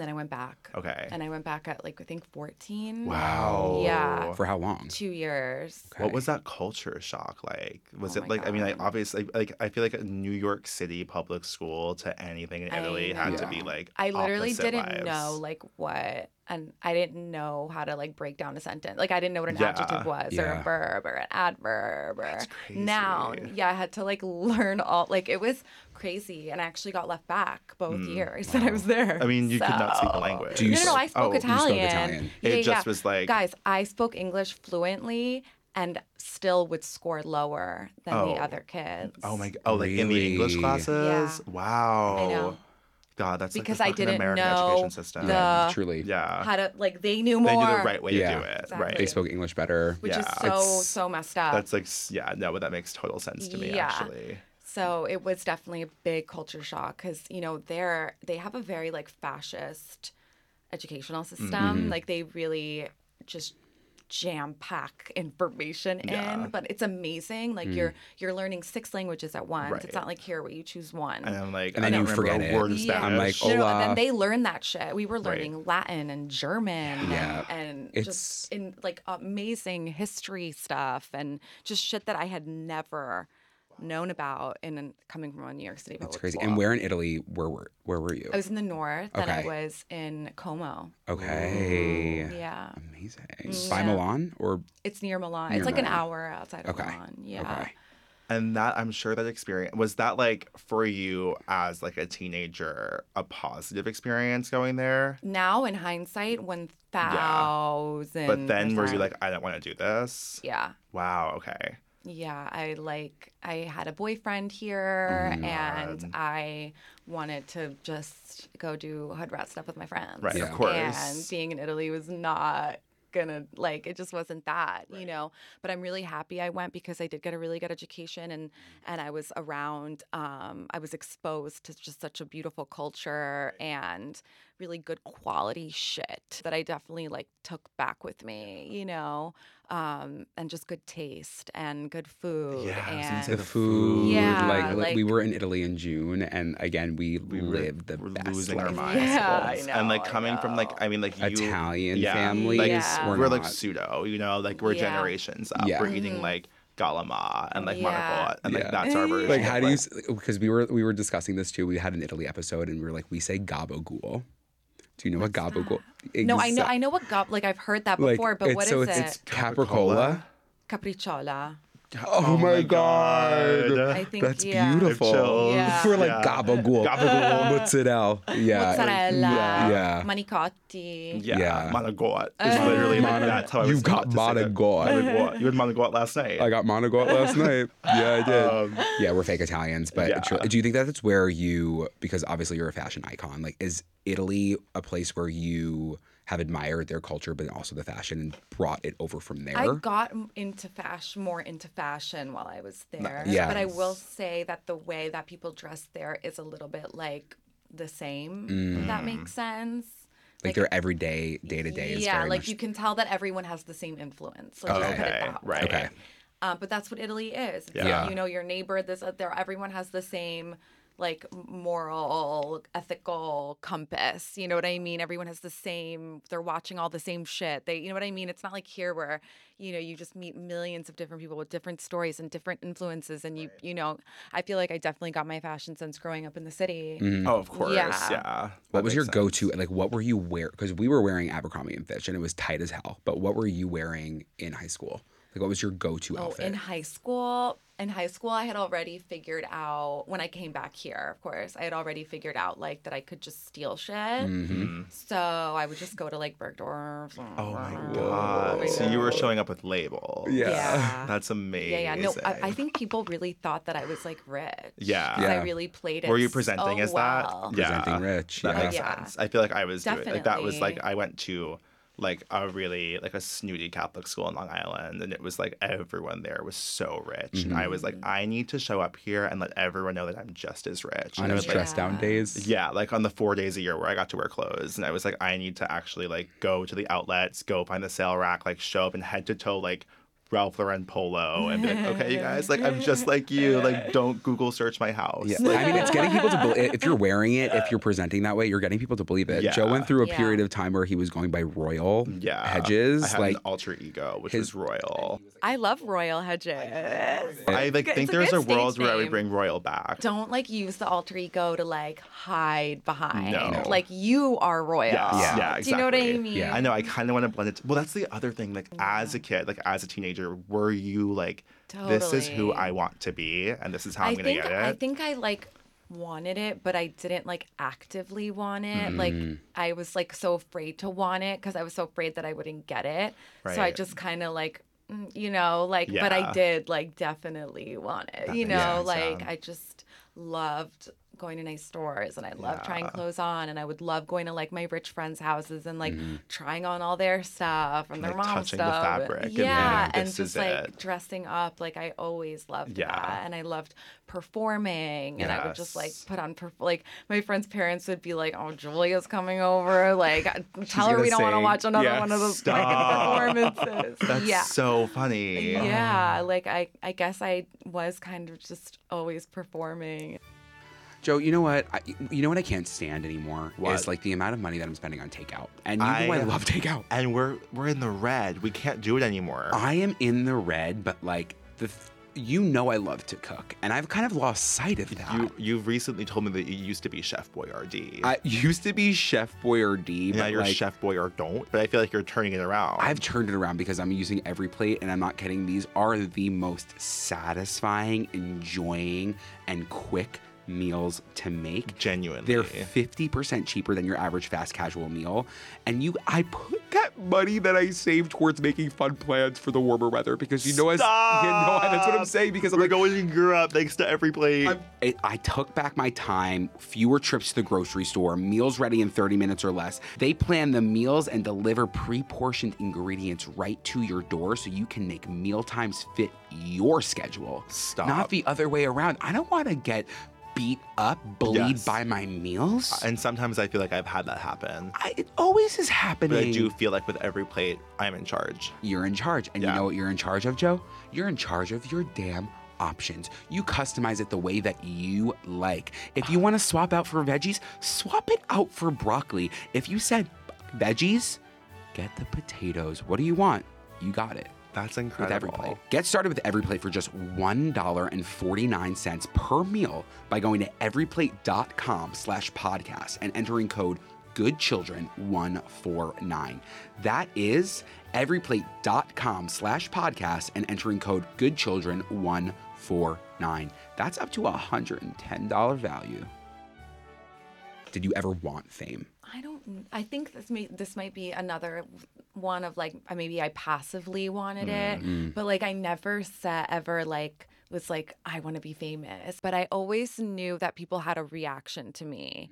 Speaker 4: Then I went back,
Speaker 1: Okay.
Speaker 4: and I went back at like I think fourteen.
Speaker 1: wow.
Speaker 4: Mm, Yeah.
Speaker 2: for how long?
Speaker 4: Two years.
Speaker 2: Okay.
Speaker 1: What was that culture shock like? Was
Speaker 4: Oh
Speaker 1: it
Speaker 4: my
Speaker 1: like I mean, like
Speaker 4: God.
Speaker 1: obviously, like I feel like a New York City public school to anything in
Speaker 4: I
Speaker 1: Italy had to be
Speaker 4: know.
Speaker 1: like
Speaker 4: I literally
Speaker 1: opposite
Speaker 4: didn't
Speaker 1: lives.
Speaker 4: know like what, and I didn't know how to like break down a sentence. Like I didn't know what an
Speaker 1: Yeah.
Speaker 4: adjective was or
Speaker 2: Yeah.
Speaker 4: a verb or an adverb or
Speaker 1: That's crazy.
Speaker 4: noun. Yeah, I had to like learn all. Like it was crazy, and I actually got left back both
Speaker 1: Mm,
Speaker 4: years that I was there.
Speaker 1: I mean, you could not speak the
Speaker 4: So-
Speaker 1: language.
Speaker 2: Do you
Speaker 4: no, no, no, I
Speaker 2: speak-
Speaker 4: spoke
Speaker 1: oh, you spoke
Speaker 4: Italian.
Speaker 2: Italian.
Speaker 1: It
Speaker 4: Yeah, yeah.
Speaker 1: just was like
Speaker 4: Guys, I spoke English fluently and still would score lower than
Speaker 1: Oh.
Speaker 4: the other kids.
Speaker 1: Oh my! g- Oh, like in the English
Speaker 2: Really?
Speaker 1: classes. Wow.
Speaker 4: know.
Speaker 1: God, that's
Speaker 4: Because I
Speaker 1: like the fucking
Speaker 4: didn't
Speaker 1: American
Speaker 4: know
Speaker 1: education system.
Speaker 4: the-
Speaker 2: truly.
Speaker 1: yeah.
Speaker 4: How to like they knew more.
Speaker 1: They knew the right way
Speaker 2: Yeah.
Speaker 1: to do it.
Speaker 4: Exactly.
Speaker 2: They
Speaker 1: Right.
Speaker 2: spoke English better.
Speaker 4: which
Speaker 1: Yeah.
Speaker 4: is so
Speaker 2: It's-
Speaker 4: so messed up.
Speaker 1: That's like s- yeah. No, that makes total sense to me.
Speaker 4: Yeah.
Speaker 1: Actually.
Speaker 4: so it was definitely a big culture shock because you know they're they have a very like fascist educational system.
Speaker 1: Mm-hmm.
Speaker 2: Mhm.
Speaker 4: Like they really just jam pack information
Speaker 1: Yeah.
Speaker 4: in, but it's amazing. Like
Speaker 2: Mm.
Speaker 4: you're you're learning six languages at once.
Speaker 1: Right.
Speaker 4: It's not like here where you choose one.
Speaker 1: And I'm like,
Speaker 2: And
Speaker 1: I
Speaker 2: then
Speaker 1: don't
Speaker 2: you
Speaker 1: remember
Speaker 2: forget
Speaker 1: a
Speaker 2: it.
Speaker 1: word of
Speaker 4: Yeah.
Speaker 1: Spanish.
Speaker 2: I'm like, oh,
Speaker 4: No, no, and
Speaker 2: Hola.
Speaker 4: then they learn that shit. We were
Speaker 1: Right.
Speaker 4: learning Latin and German
Speaker 2: Yeah.
Speaker 4: and, and
Speaker 2: It's-
Speaker 4: just in like amazing history stuff and just shit that I had never known about in an- coming from a New York City.
Speaker 2: That's
Speaker 4: public
Speaker 2: crazy.
Speaker 4: School.
Speaker 2: And where in Italy where were where were you?
Speaker 4: I was in the north and I
Speaker 2: Okay.
Speaker 4: was in Como.
Speaker 2: okay.
Speaker 4: Yeah.
Speaker 2: Amazing.
Speaker 4: Mm,
Speaker 2: By
Speaker 4: yeah.
Speaker 2: Milan or
Speaker 4: It's near Milan.
Speaker 2: Near
Speaker 4: it's like an
Speaker 2: Milan.
Speaker 4: hour outside of
Speaker 2: Okay.
Speaker 4: Milan. Yeah.
Speaker 2: okay.
Speaker 1: And that I'm sure that experience was that like for you as like a teenager a positive experience going there.
Speaker 4: Now in hindsight, one thousand.
Speaker 1: But then were you like, I don't want to do this?
Speaker 4: Yeah.
Speaker 1: Wow. Okay.
Speaker 4: Yeah, I like I had a boyfriend here
Speaker 2: Mhm.
Speaker 1: God.
Speaker 4: and I wanted to just go do hood rat stuff with my friends.
Speaker 1: Right.
Speaker 2: Yeah.
Speaker 1: Of course.
Speaker 4: And being in Italy was not gonna like it just wasn't that,
Speaker 1: Right.
Speaker 4: you know. But I'm really happy I went because I did get a really good education and and I was around um I was exposed to just such a beautiful culture and really good quality shit that I definitely like took back with me, you know. Um and just good taste and good food
Speaker 1: Yeah, I was gonna
Speaker 4: and
Speaker 1: say
Speaker 2: the food.
Speaker 4: Yeah,
Speaker 2: like, li- we
Speaker 4: like-
Speaker 2: were in Italy in June, and again, we,
Speaker 1: We were-
Speaker 2: lived the
Speaker 1: we're
Speaker 2: best
Speaker 1: losing our
Speaker 2: life.
Speaker 1: minds.
Speaker 4: Yeah, I
Speaker 1: girls. And like
Speaker 4: know, I
Speaker 1: coming from like
Speaker 4: know.
Speaker 1: I mean like you
Speaker 2: Italian
Speaker 1: Yeah.
Speaker 2: families
Speaker 1: like
Speaker 4: Yeah.
Speaker 2: were
Speaker 1: we're like
Speaker 2: not-
Speaker 1: pseudo, you know, like we're
Speaker 4: Yeah.
Speaker 1: generations up.
Speaker 2: Yeah.
Speaker 1: We're eating
Speaker 4: Mhm.
Speaker 1: like galama and like
Speaker 4: Yeah.
Speaker 1: marmalade, and like
Speaker 2: Yeah.
Speaker 1: that's our version.
Speaker 2: like
Speaker 1: of,
Speaker 2: how do you because we were we were discussing this too. We had an Italy episode, and we were like, we say gabagool. Do you know what gabagool?
Speaker 4: No, I know
Speaker 2: Exact-
Speaker 4: I know what gop like I've heard that
Speaker 2: Like,
Speaker 4: before, but
Speaker 2: it's-
Speaker 4: what is
Speaker 2: so it's,
Speaker 4: it?
Speaker 2: it's capricola.
Speaker 4: Capricciola.
Speaker 2: Oh, my god,
Speaker 1: Uh,
Speaker 4: I think
Speaker 2: that's
Speaker 4: yeah.
Speaker 2: beautiful.
Speaker 1: chills.
Speaker 4: Yeah.
Speaker 2: We're like
Speaker 1: Yeah.
Speaker 2: gabagool,
Speaker 1: Gabagool.
Speaker 2: mozzarella, yeah,
Speaker 4: Mozzarella.
Speaker 2: yeah.
Speaker 4: Manicotti.
Speaker 1: Yeah,
Speaker 2: Yeah.
Speaker 1: monogot is
Speaker 4: Uh-huh.
Speaker 1: literally like
Speaker 2: Mono-
Speaker 1: that's how I
Speaker 2: you
Speaker 1: was
Speaker 2: got
Speaker 1: taught to say that.
Speaker 2: monogot.
Speaker 1: Monogot. You had monogot last night.
Speaker 2: I got monogot last night. Yeah, I did.
Speaker 1: Um,
Speaker 2: yeah, we're fake Italians, but
Speaker 1: Yeah.
Speaker 2: tr- do you think that that's where you because obviously you're a fashion icon. Like, is Italy a place where you have admired their culture, but also the fashion, and brought it over from there?
Speaker 4: I got m- into fashion, more into fashion while I was there.
Speaker 2: Nice.
Speaker 4: But I
Speaker 2: Yes.
Speaker 4: will say that the way that people dress there is a little bit like the same. If that makes sense.
Speaker 2: like, their everyday, Mm. day to day is
Speaker 4: Yeah,
Speaker 2: very
Speaker 4: like
Speaker 2: much. Oh,
Speaker 4: you can tell that everyone has the same influence. Like, just put it
Speaker 1: Okay,
Speaker 4: that way.
Speaker 1: right.
Speaker 2: okay,
Speaker 4: Um, but that's what Italy is. It's
Speaker 1: Yeah.
Speaker 4: like, you know, your neighbor, this, uh, there, everyone has the same like moral, ethical compass. You know what I mean? Everyone has the same. They're watching all the same shit. They, you know what I mean? It's not like here where you know you just meet millions of different people with different stories and different influences, and you, you know, I feel like I definitely got my fashion sense growing up in the city.
Speaker 2: Mhm.
Speaker 1: oh, of course. Yeah.
Speaker 4: Yeah.
Speaker 2: What was your go to? Like, what were you wear? Because we were wearing Abercrombie and Fitch, and it was tight as hell. But what were you wearing in high school? Like, what was your go to
Speaker 4: Oh,
Speaker 2: outfit?
Speaker 4: in high school, in high school, I had already figured out when I came back here. Of course, I had already figured out like that I could just steal shit.
Speaker 2: Mhm.
Speaker 4: So I would just go to like Bergdorf.
Speaker 1: Oh my
Speaker 4: Whoa.
Speaker 1: god!
Speaker 4: I
Speaker 1: So you were
Speaker 4: know.
Speaker 1: showing up with labels.
Speaker 2: Yeah.
Speaker 4: Yeah.
Speaker 1: That's Oh, amazing.
Speaker 4: Yeah, yeah. No, I, I think people really thought that I was like rich.
Speaker 1: Yeah.
Speaker 4: 'cause
Speaker 2: Yeah.
Speaker 4: I really played it. oh,
Speaker 1: Were you presenting
Speaker 4: so
Speaker 1: as that?
Speaker 4: well.
Speaker 1: Yeah.
Speaker 2: Presenting rich.
Speaker 1: That
Speaker 2: yeah.
Speaker 1: makes
Speaker 4: Yeah.
Speaker 1: sense. I feel like I was doing like that was like
Speaker 4: Definitely.
Speaker 1: I went to like a really like a snooty Catholic school in Long Island, and it was like everyone there was so rich, and I was like,
Speaker 2: Mm-hmm.
Speaker 1: I need to show up here and let everyone know that I'm just as rich.
Speaker 2: on
Speaker 1: and I was
Speaker 2: his
Speaker 4: Yeah.
Speaker 1: like,
Speaker 2: dress down days.
Speaker 1: yeah, like on the four days a year where I got to wear clothes, and I was like, I need to actually like go to the outlets, go find the sale rack, like show up in head to toe like Ralph Lauren polo, and be like, okay, you guys, like I'm just like you, like don't Google search my house.
Speaker 2: Yeah,
Speaker 1: Like,
Speaker 2: I mean, it's getting people to believe. If you're wearing it, if you're presenting that way, you're getting people to believe it. Joe went
Speaker 1: Yeah.
Speaker 2: through a
Speaker 4: Yeah.
Speaker 2: period of time where he was going by royal
Speaker 1: yeah, I
Speaker 2: hedges,
Speaker 1: had
Speaker 2: like
Speaker 1: an alter ego, which
Speaker 2: his-
Speaker 1: is royal.
Speaker 4: I love royal hedges.
Speaker 1: I like
Speaker 4: It's
Speaker 1: think
Speaker 4: a
Speaker 1: there's
Speaker 4: good
Speaker 1: a world
Speaker 4: stage
Speaker 1: where I would
Speaker 4: name.
Speaker 1: bring royal back.
Speaker 4: Don't like use the alter ego to like hide behind.
Speaker 1: No.
Speaker 4: Like you are royal.
Speaker 1: Yes.
Speaker 2: Yeah.
Speaker 1: yeah,
Speaker 4: Do you know what I
Speaker 1: exactly.
Speaker 4: mean?
Speaker 2: Yeah.
Speaker 1: I know. I kind of want to blend it. well, that's the other thing. Like, as a kid, like as a teenager, were you like, this is who
Speaker 4: Totally.
Speaker 1: I want to be, and this is how I'm
Speaker 4: I
Speaker 1: gonna
Speaker 4: think
Speaker 1: get it?
Speaker 4: I think I like wanted it, but I didn't like actively want it.
Speaker 1: Mm.
Speaker 4: Like I was like so afraid to want it because I was so afraid that I wouldn't get it. So I
Speaker 1: Right.
Speaker 4: just kind of like mm, you know like but I
Speaker 1: Yeah.
Speaker 4: did like definitely want it.
Speaker 1: That
Speaker 4: you
Speaker 1: makes
Speaker 4: know
Speaker 1: sense,
Speaker 4: like
Speaker 1: yeah.
Speaker 4: I just loved going to nice stores and I loved trying
Speaker 1: Yeah.
Speaker 4: clothes on and I would love going to like my rich friends' houses and like trying on all their stuff and their
Speaker 1: Mm-hmm. Like,
Speaker 4: mom's
Speaker 1: touching the
Speaker 4: stuff.
Speaker 1: fabric and
Speaker 4: yeah,
Speaker 1: being,
Speaker 4: and
Speaker 1: "This
Speaker 4: just
Speaker 1: is
Speaker 4: like
Speaker 1: it."
Speaker 4: dressing up. Like I always loved
Speaker 1: Yeah.
Speaker 4: that, and I loved performing. And I would just like
Speaker 1: Yes.
Speaker 4: put on perf- like my friends' parents would be like, "Oh, Julia's coming over. Like tell her
Speaker 1: gonna
Speaker 4: we don't want to
Speaker 1: sing.
Speaker 4: watch another
Speaker 1: Yeah,
Speaker 4: one of those
Speaker 1: stop.
Speaker 4: fucking performances."
Speaker 1: That's
Speaker 4: yeah.
Speaker 1: so funny.
Speaker 4: Yeah, like I, I guess I was kind of just always performing.
Speaker 2: Joe. You know what? I, you know what I can't stand anymore
Speaker 1: What?
Speaker 2: is like the amount of money that I'm spending on takeout. And you know
Speaker 1: I-
Speaker 2: I love takeout.
Speaker 1: And we're we're in the red. We can't do it anymore.
Speaker 2: I am in the red, but like the, th- you know, I love to cook, and I've kind of lost sight of that.
Speaker 1: you you've recently told me that you used to be Chef Boyardee.
Speaker 2: I used to be Chef Boyardee,
Speaker 1: and now
Speaker 2: but
Speaker 1: you're
Speaker 2: like,
Speaker 1: Chef Boyardee, but I feel like you're turning it around.
Speaker 2: I've turned it around because I'm using every plate, and I'm not kidding. These are the most satisfying, enjoying, and quick meals to make.
Speaker 1: genuinely.
Speaker 2: They're 50% cheaper than your average fast casual meal. And you I put that money that I saved towards making fun plans for the warmer weather because you know as you know that's what I'm
Speaker 1: Stop!
Speaker 2: saying because I'm
Speaker 1: We're
Speaker 2: like
Speaker 1: going to Europe thanks to every plate.
Speaker 2: I, I took back my time, fewer trips to the grocery store, meals ready in 30 minutes or less. They plan the meals and deliver pre portioned ingredients right to your door so you can make meal times fit your schedule.
Speaker 1: Stop.
Speaker 2: Not the other way around. I don't want to get beat up, bleed
Speaker 1: Yes.
Speaker 2: by my meals.
Speaker 1: and sometimes I feel like I've had that happen.
Speaker 2: I, it always is happening.
Speaker 1: But I do feel like with every plate, I'm in charge.
Speaker 2: You're in charge. And you
Speaker 1: Yeah.
Speaker 2: know what you're in charge of, Joe? You're in charge of your damn options. You customize it the way that you like. If you want to swap out for veggies, swap it out for broccoli. If you said veggies, get the potatoes. What do you want? You got it
Speaker 1: That's
Speaker 2: with
Speaker 1: incredible.
Speaker 2: every plate. Get started with every plate for just $1.49 per meal by going to everyplate.com slash podcast and entering code goodchildren149. That is everyplate.com slash podcast and entering code goodchildren149. That's up to a $110 value. Did you ever want fame?
Speaker 4: I don't. I think this may this might be another one of like uh, maybe I passively wanted it, but like I never said ever like was like I want to be famous. But I always knew that people had a reaction to me,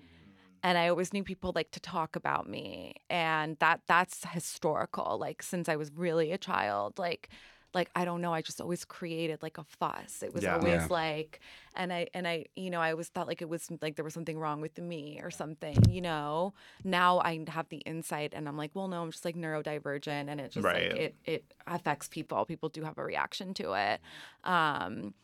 Speaker 4: and I always knew people like to talk about me, and that that's historical. Like since I was really a child, like. Like I don't know, I just always created like a fuss. It was
Speaker 1: Yeah.
Speaker 4: always
Speaker 2: Yeah.
Speaker 4: like, and I and I, you know, I always thought like it was like there was something wrong with me or something, you know. Now I have the insight, and I'm like, well, no, I'm just like neurodivergent, and it just
Speaker 1: Right.
Speaker 4: like it it affects people. People do have a reaction to it, um,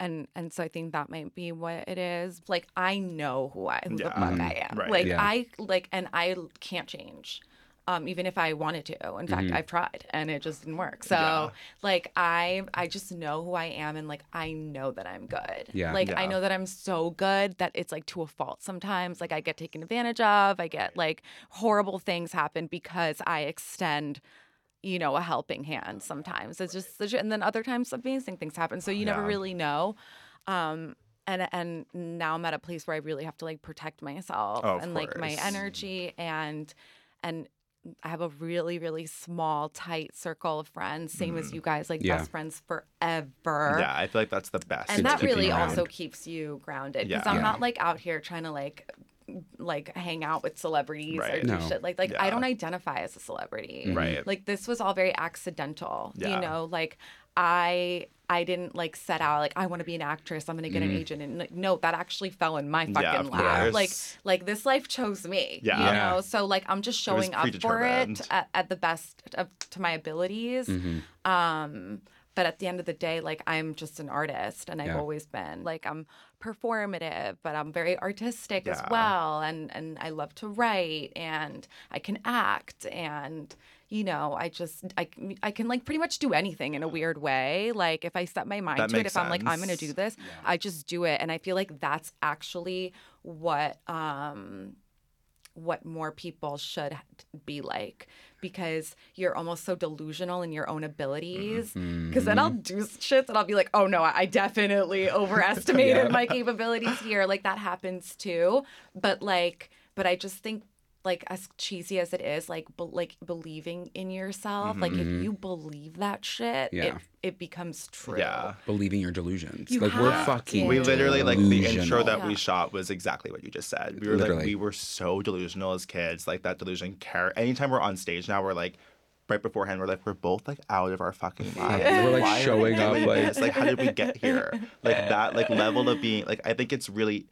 Speaker 4: and and so I think that might be what it is. Like I know who I who the
Speaker 1: Yeah.
Speaker 4: fuck I am.
Speaker 1: Right.
Speaker 4: Like
Speaker 2: Mm-hmm. Yeah.
Speaker 4: I like, and I can't change. Um, even if I wanted to,
Speaker 2: Mm-hmm.
Speaker 4: in fact, I've tried and it just didn't work. So,
Speaker 1: Yeah.
Speaker 4: like, I I just know who I am, and like, I know that I'm good.
Speaker 2: Yeah.
Speaker 4: Like I
Speaker 1: Yeah.
Speaker 4: know that I'm so good that it's like to a fault sometimes. Like I get taken advantage of. I get like horrible things happen because I extend, you know, a helping hand sometimes. It's just such and then other times amazing things happen. So you never
Speaker 1: Yeah.
Speaker 4: really know. Um and and now I'm at a place where I really have to like protect myself
Speaker 1: Oh, of
Speaker 4: and like my
Speaker 1: course.
Speaker 4: energy and and I have a really, really small, tight circle of friends, same as you guys, like
Speaker 2: Yeah.
Speaker 4: best friends forever
Speaker 1: Mm-hmm. Yeah, I feel like that's the best.
Speaker 4: and
Speaker 2: It's
Speaker 4: that
Speaker 2: keeping
Speaker 4: really
Speaker 2: you
Speaker 4: also
Speaker 2: grounded.
Speaker 4: keeps you grounded
Speaker 1: Yeah.
Speaker 4: because I'm
Speaker 2: Yeah.
Speaker 4: not like out here trying to like like hang out with celebrities
Speaker 1: Right.
Speaker 4: or do
Speaker 2: No.
Speaker 4: shit like like I
Speaker 1: Yeah. Mm-hmm.
Speaker 4: don't identify as a celebrity.
Speaker 1: Right.
Speaker 4: Like this was all very accidental.
Speaker 1: Yeah.
Speaker 4: You know, like I I didn't like set out like I want to be an actress. I'm gonna get an agent, and like, no, that actually fell in my
Speaker 1: Mm. Yeah,
Speaker 4: fucking
Speaker 1: of
Speaker 4: lap. Like
Speaker 1: course.
Speaker 4: like this life chose me.
Speaker 1: Yeah.
Speaker 4: You
Speaker 2: Yeah.
Speaker 4: know, so like I'm just showing up for
Speaker 1: predetermined. Mm-hmm.
Speaker 4: it at, at the best of to my abilities. Um, but at the end of the day, like I'm just an artist and I've
Speaker 2: Yeah.
Speaker 4: always been. Like I'm performative, but I'm very artistic as
Speaker 1: Yeah.
Speaker 4: well. And and I love to write and I can act and you know, I just I, c- I can like pretty much do anything in a weird way. Like if I set my mind
Speaker 1: That
Speaker 4: to it, if
Speaker 1: makes
Speaker 4: I'm like I'm gonna
Speaker 1: sense.
Speaker 4: do this, I just do it. And I feel like that's actually what um what more people should h- be like because you're almost so delusional in your own
Speaker 1: Mm-hmm.
Speaker 4: abilities. Because Mm.
Speaker 2: Mm.
Speaker 4: then I'll do s- shit and I'll be like, oh no, I I definitely overestimated my capabilities here. Like that happens too. But like, but I just think like as cheesy as it is, like be- like believing in yourself, like if
Speaker 1: Mm-hmm.
Speaker 4: you believe that shit,
Speaker 2: Yeah.
Speaker 4: it, it becomes true.
Speaker 1: Yeah.
Speaker 2: Believing your delusions.
Speaker 4: You
Speaker 2: like we're
Speaker 4: have
Speaker 2: fucking.
Speaker 4: to.
Speaker 1: We literally like the intro
Speaker 2: delusional.
Speaker 1: that we
Speaker 4: Yeah.
Speaker 1: shot was exactly what you just said. We were like
Speaker 2: Literally.
Speaker 1: we were so delusional as kids. Like that delusion care. Anytime we're on stage now, we're like right beforehand, we're like we're both like out of our fucking minds.
Speaker 2: We're, like,
Speaker 1: Why are we
Speaker 2: showing up,
Speaker 1: doing
Speaker 2: like-
Speaker 1: this? like how did we get here? Like that like level of being like I think it's really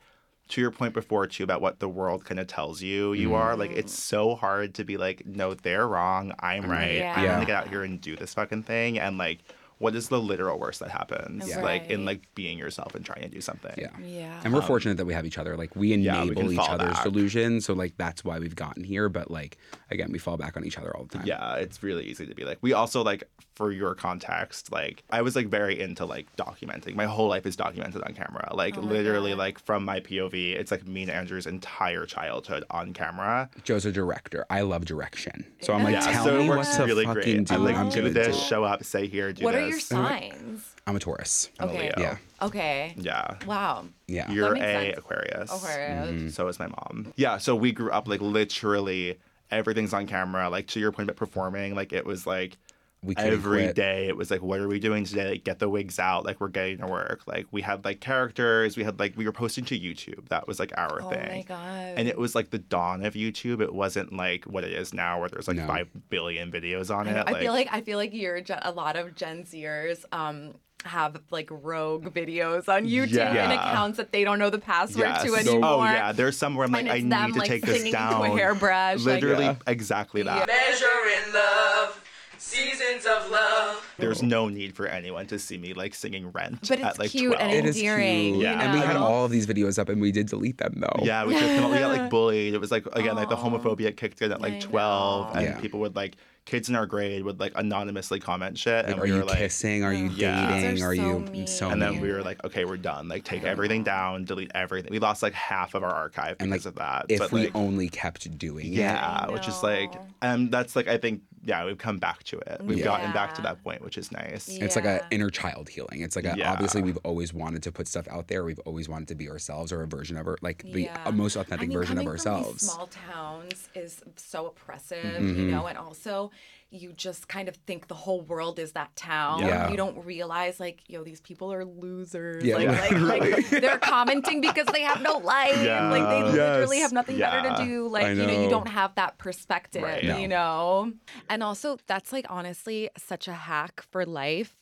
Speaker 1: to your point before too about what the world kind of tells you you
Speaker 2: Mm.
Speaker 1: are like it's so hard to be like no they're wrong i'm right i'm
Speaker 4: Yeah.
Speaker 1: gonna get out here and do this fucking thing and like what is the literal worst that happens
Speaker 4: Yeah.
Speaker 1: like in
Speaker 4: Right.
Speaker 1: like being yourself and trying to do something
Speaker 2: Yeah.
Speaker 4: Yeah.
Speaker 2: And we're fortunate that we have each other. Like we
Speaker 1: Um, Yeah,
Speaker 2: enable
Speaker 1: we can
Speaker 2: each
Speaker 1: fall
Speaker 2: other's
Speaker 1: back.
Speaker 2: delusions. So like that's why we've gotten here. But like again, we fall back on each other all the time.
Speaker 1: yeah it's really easy to be like we also like for your context like i was like very into like documenting my whole life is documented on camera like
Speaker 4: Oh
Speaker 1: literally like from my pov it's like me and andrew's entire childhood on camera
Speaker 2: Joe's a director. I love direction. So I'm like,
Speaker 1: yeah
Speaker 2: tell
Speaker 1: so
Speaker 2: me
Speaker 1: it
Speaker 2: what
Speaker 1: works
Speaker 2: to
Speaker 1: really
Speaker 2: fucking
Speaker 1: great
Speaker 2: do.
Speaker 1: i'm like
Speaker 2: I'm
Speaker 1: do
Speaker 2: gonna
Speaker 1: this
Speaker 2: do it.
Speaker 1: show up stay here do
Speaker 4: what
Speaker 1: this
Speaker 4: are your signs?
Speaker 2: I'm a Taurus.
Speaker 1: I'm a
Speaker 4: Okay.
Speaker 1: Leo.
Speaker 2: Yeah.
Speaker 4: Okay.
Speaker 1: yeah
Speaker 4: Wow.
Speaker 2: Yeah. Mm-hmm.
Speaker 1: You're
Speaker 4: makes
Speaker 1: a
Speaker 4: sense.
Speaker 1: Aquarius.
Speaker 4: Aquarius.
Speaker 1: So is my mom. Yeah. So we grew up like literally everything's on camera. Like to your point about performing, like it was like
Speaker 2: We couldn't
Speaker 1: every
Speaker 2: quit.
Speaker 1: day it was like, what are we doing today? Like, get the wigs out. Like we're getting to work. Like we had like characters. We had like we were posting to YouTube. That was like our
Speaker 4: Oh
Speaker 1: thing.
Speaker 4: my god.
Speaker 1: And it was like the dawn of YouTube. It wasn't like what it is now, where there's like
Speaker 2: No.
Speaker 1: five billion videos on
Speaker 4: I, know,
Speaker 1: it.
Speaker 4: I feel like I feel like you're gen- a lot of Gen Zers um have like rogue videos on YouTube and
Speaker 1: Yeah.
Speaker 4: accounts that they don't know the password
Speaker 1: Yes.
Speaker 4: to
Speaker 1: So-
Speaker 4: anymore.
Speaker 1: Oh yeah, there's somewhere I'm like
Speaker 4: And
Speaker 1: I
Speaker 4: it's
Speaker 1: need
Speaker 4: them
Speaker 1: to
Speaker 4: like
Speaker 1: take this
Speaker 4: singing
Speaker 1: down.
Speaker 4: to a hairbrush. like-
Speaker 1: Literally, exactly that.
Speaker 5: Measuring love, seasons of love.
Speaker 1: There's no need for anyone to see me like singing Rent
Speaker 4: But it's
Speaker 1: at like
Speaker 4: cute
Speaker 1: 12.
Speaker 4: and
Speaker 2: It is
Speaker 4: endearing,
Speaker 2: cute.
Speaker 4: you
Speaker 2: And we had
Speaker 4: know?
Speaker 2: all of these videos up and we did delete them though.
Speaker 1: yeah, we, just, we got like bullied. It was like again like the homophobia kicked in at
Speaker 4: I
Speaker 1: like 12, and
Speaker 2: Yeah.
Speaker 1: people would like kids in our grade would like anonymously comment shit,
Speaker 2: Like,
Speaker 1: and
Speaker 2: are
Speaker 1: we were
Speaker 2: you
Speaker 1: like,
Speaker 2: kissing? Are you
Speaker 1: Yeah. Kids are
Speaker 2: dating? Are,
Speaker 4: Oh, so
Speaker 2: you
Speaker 4: mean.
Speaker 2: so
Speaker 1: and then
Speaker 2: mean.
Speaker 1: we were like, okay, we're done. Like take everything down, delete everything. We lost like half of our archive because
Speaker 2: And, like,
Speaker 1: of that.
Speaker 2: if
Speaker 1: but
Speaker 2: we
Speaker 1: like,
Speaker 2: only kept doing it.
Speaker 1: yeah, which is like,
Speaker 4: know.
Speaker 1: and that's like I think yeah, we've come back to it. We've
Speaker 2: Yeah.
Speaker 1: gotten back to
Speaker 4: Yeah.
Speaker 1: that point, which is nice.
Speaker 2: It's like an
Speaker 4: Yeah.
Speaker 2: inner child healing. It's like a,
Speaker 1: Yeah.
Speaker 2: obviously we've always wanted to put stuff out there. We've always wanted to be ourselves or a version of our like the
Speaker 4: Yeah.
Speaker 2: uh, most
Speaker 4: I
Speaker 2: authentic
Speaker 4: mean,
Speaker 2: version of
Speaker 4: coming from these
Speaker 2: ourselves. Mm-hmm.
Speaker 4: small towns is so oppressive, you know, and also you just kind of think the whole world is that town.
Speaker 2: Yeah.
Speaker 4: You don't realize like, yo, these people are losers.
Speaker 2: Yeah,
Speaker 4: like, like, like, they're commenting because they have no life.
Speaker 1: Yeah.
Speaker 4: Like they literally
Speaker 2: Yes.
Speaker 4: have nothing better
Speaker 1: Yeah.
Speaker 4: to do. Like,
Speaker 2: I
Speaker 4: you know,
Speaker 2: know.
Speaker 4: you don't have that perspective,
Speaker 1: Right.
Speaker 2: No.
Speaker 4: you know. And also that's like honestly such a hack for life.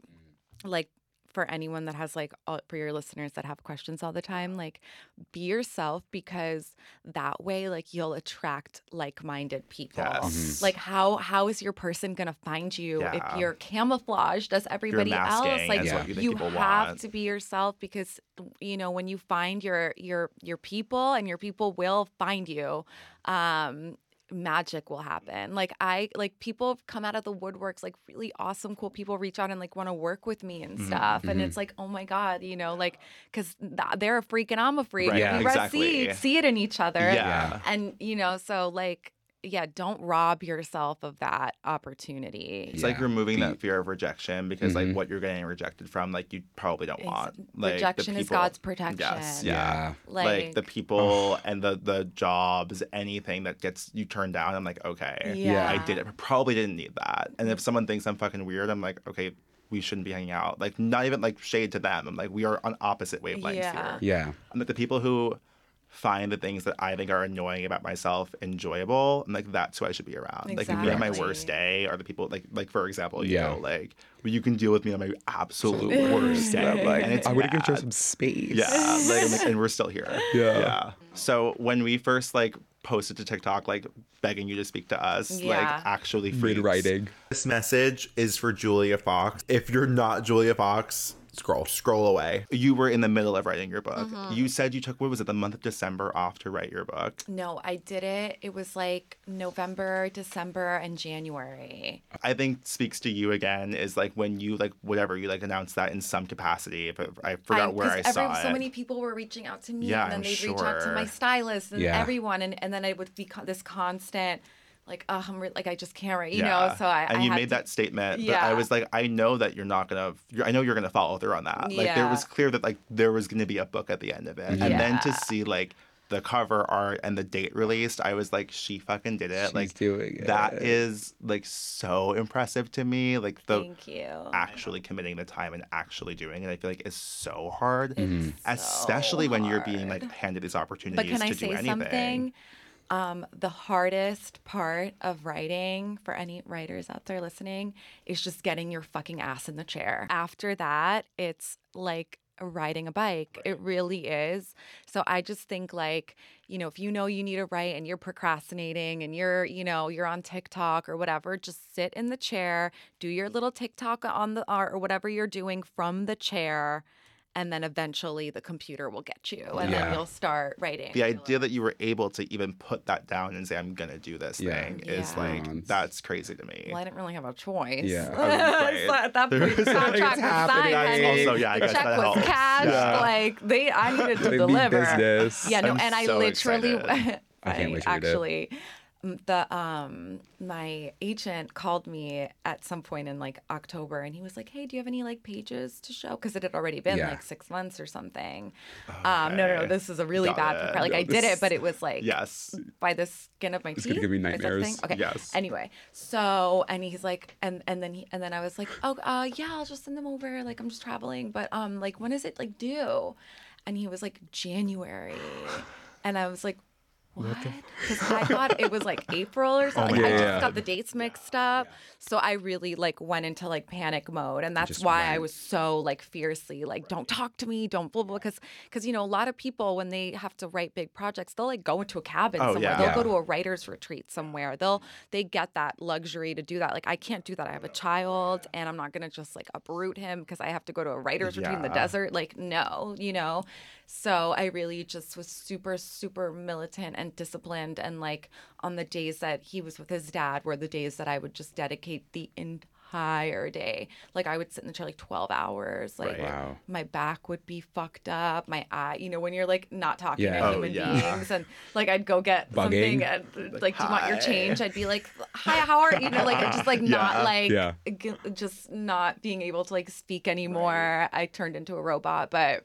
Speaker 4: Like for anyone that has like all, for your listeners that have questions all the time like be yourself because that way like you'll attract like-minded people
Speaker 1: Yes. Mhm.
Speaker 4: like how how is your person gonna find you
Speaker 1: Yeah.
Speaker 4: if you're camouflaged as everybody else
Speaker 1: masking
Speaker 4: like
Speaker 1: is
Speaker 2: what
Speaker 1: you think people
Speaker 4: have
Speaker 1: want.
Speaker 4: to be yourself because you know when you find your your your people and your people will find you um magic will happen. Like I like people have come out of the woodworks, like really awesome, cool people reach out and like want to work with me and
Speaker 1: Mm-hmm,
Speaker 4: stuff. And it's like, oh my god, you know, like because th- they're a freak and I'm a freak.
Speaker 1: Right,
Speaker 2: Yeah.
Speaker 4: we both
Speaker 1: exactly.
Speaker 4: see see it in each other.
Speaker 1: Yeah.
Speaker 4: and you know, so like, yeah, don't rob yourself of that opportunity.
Speaker 1: It's like
Speaker 2: Yeah.
Speaker 1: removing
Speaker 2: Be-
Speaker 1: that fear of rejection because like what you're getting rejected from, like you probably don't
Speaker 4: Ex-
Speaker 1: want. Like the
Speaker 4: rejection is
Speaker 1: people-
Speaker 4: God's protection.
Speaker 1: Yes, yeah.
Speaker 2: yeah.
Speaker 1: Like,
Speaker 4: Like,
Speaker 1: the people and the the jobs, anything that gets you turned down, I'm like, okay,
Speaker 4: Yeah.
Speaker 1: I did it. Probably didn't need that. And if someone thinks I'm fucking weird, I'm like, okay, we shouldn't be hanging out. Like not even like shade to them. I'm like, we are on opposite wavelengths
Speaker 4: Yeah.
Speaker 1: here.
Speaker 2: Yeah.
Speaker 1: And like the people who find the things that I think are annoying about myself enjoyable, and like that's who I should be around. Like me on my worst
Speaker 4: Exactly.
Speaker 1: day are the people like like for example, you
Speaker 6: Yeah.
Speaker 1: know, like well, you can deal with me on my absolute worst day.
Speaker 6: I'm like,
Speaker 1: and it's
Speaker 6: I would have given her
Speaker 1: bad.
Speaker 6: some space.
Speaker 1: Yeah, like, and, like, and we're still here.
Speaker 6: Yeah.
Speaker 1: So when we first like posted to TikTok, like begging you to speak to us,
Speaker 4: Yeah.
Speaker 1: like actually freaks.
Speaker 6: Rewriting.
Speaker 1: This message is for Julia Fox. If you're not Julia Fox, scroll scroll away. You were in the middle of writing your book.
Speaker 4: Mm-hmm.
Speaker 1: You said you took what was it the month of December off to write your book.
Speaker 4: No, I did it. It was like November, December, and January.
Speaker 1: I think speaks to you again is like when you like whatever you like announced that in some capacity. If I forgot
Speaker 4: I'm-
Speaker 1: where
Speaker 4: 'cause
Speaker 1: I
Speaker 4: every-
Speaker 1: saw
Speaker 4: So
Speaker 1: it.
Speaker 4: many people were reaching out to me,
Speaker 1: Yeah,
Speaker 4: and then
Speaker 1: I'm
Speaker 4: they'd reach out to my
Speaker 1: sure.
Speaker 4: stylist and
Speaker 6: Yeah.
Speaker 4: everyone, and, and then it would be co- this constant, like, oh, I'm re- like, I just can't, write," you know.
Speaker 1: Yeah.
Speaker 4: So I
Speaker 1: and
Speaker 4: I
Speaker 1: you
Speaker 4: had
Speaker 1: made
Speaker 4: to-
Speaker 1: that statement, but I
Speaker 4: Yeah.
Speaker 1: was like, I know that you're not gonna. You're, I know you're gonna follow through on that. Like there
Speaker 4: Yeah.
Speaker 1: was clear that like there was gonna be a book at the end of it, and then to
Speaker 4: Yeah.
Speaker 1: see like the cover art and the date released, I was like, she fucking did it.
Speaker 6: She's
Speaker 1: like
Speaker 6: doing it.
Speaker 1: that is like so impressive to me. Like the
Speaker 4: Thank you.
Speaker 1: actually committing the time and actually doing it, I feel like is so hard,
Speaker 6: Mm-hmm.
Speaker 4: It's
Speaker 1: especially
Speaker 4: so
Speaker 1: when you're being
Speaker 4: hard.
Speaker 1: like handed these
Speaker 4: But
Speaker 1: opportunities
Speaker 4: can I
Speaker 1: to do
Speaker 4: say
Speaker 1: anything.
Speaker 4: something? Um, the hardest part of writing for any writers out there listening is just getting your fucking ass in the chair. After that, it's like riding a bike. It really is. So I just think like, you know, if you know you need to write and you're procrastinating and you're, you know, you're on TikTok or whatever, just sit in the chair, do your little TikTok on the or or whatever you're doing from the chair. And then eventually the computer will get you, and
Speaker 6: Yeah.
Speaker 4: then you'll start writing.
Speaker 1: the idea that you were able to even put that down and say I'm gonna do this
Speaker 6: Yeah.
Speaker 1: thing is
Speaker 4: Yeah.
Speaker 1: like
Speaker 6: Oh, it's-
Speaker 1: that's crazy to me.
Speaker 4: Well, I didn't really have a choice.
Speaker 6: Yeah.
Speaker 1: Right.
Speaker 4: So at that point, the
Speaker 1: There's-
Speaker 4: contract
Speaker 1: it's
Speaker 4: was
Speaker 1: happening.
Speaker 4: signed.
Speaker 1: That's
Speaker 4: honey.
Speaker 1: also- yeah, I
Speaker 4: the
Speaker 1: guess
Speaker 4: check
Speaker 1: that
Speaker 4: was
Speaker 1: helps.
Speaker 4: cash.
Speaker 1: Yeah.
Speaker 4: Like they, I needed to
Speaker 6: They mean
Speaker 4: deliver.
Speaker 6: business.
Speaker 4: Yeah, no,
Speaker 1: I'm
Speaker 4: and I
Speaker 1: so
Speaker 4: literally,
Speaker 1: excited.
Speaker 6: I can't wait to read it.
Speaker 4: actually, m- the um, my agent called me at some point in like October, and he was like, "Hey, do you have any like pages to show?" Because it had already been
Speaker 6: Yeah.
Speaker 4: like six months or something. Um, no, no, no, this is a really
Speaker 1: Oh, Got
Speaker 4: bad.
Speaker 1: it.
Speaker 4: Like I did it, but it was like
Speaker 1: Yes.
Speaker 4: by the skin of my
Speaker 6: It's
Speaker 4: teeth.
Speaker 6: gonna give me
Speaker 4: Is that the
Speaker 6: nightmares.
Speaker 4: thing? Okay.
Speaker 1: Yes.
Speaker 4: Anyway, so and he's like, and and then he and then I was like, oh, uh, yeah, I'll just send them over. Like I'm just traveling, but um, like when is it like due? And he was like January, and I was like. What? Because I thought it was like April or something.
Speaker 6: my
Speaker 4: I
Speaker 6: God.
Speaker 4: just got the dates mixed up, so I really like went into like panic mode, and that's
Speaker 6: just
Speaker 4: why I
Speaker 6: went.
Speaker 4: was so like fiercely like don't talk to me, don't blah blah because because you know a lot of people when they have to write big projects they'll like go into a cabin
Speaker 1: Oh,
Speaker 4: somewhere
Speaker 1: yeah.
Speaker 4: they'll
Speaker 1: Yeah.
Speaker 4: go to a writer's retreat somewhere they'll they get that luxury to do that like I can't do that I have a child and I'm not gonna just like uproot him because I have to go to a writer's retreat in the
Speaker 1: Yeah.
Speaker 4: desert like no you know so I really just was super super militant and disciplined and like on the days that he was with his dad were the days that I would just dedicate the entire day like I would sit in the chair like 12 hours like
Speaker 1: Right.
Speaker 6: Wow.
Speaker 4: my back would be fucked up. My eye, you know, when you're like not talking
Speaker 6: Yeah.
Speaker 4: to
Speaker 6: Oh,
Speaker 4: human
Speaker 1: yeah.
Speaker 4: beings, and like I'd go get
Speaker 6: Bugging.
Speaker 4: something, and like, do you want your
Speaker 1: "Hi."
Speaker 4: change? I'd be like, hi, how are you? you know, like just like
Speaker 1: Yeah.
Speaker 4: not like
Speaker 6: Yeah.
Speaker 4: g- just not being able to like speak anymore. I turned into a robot, but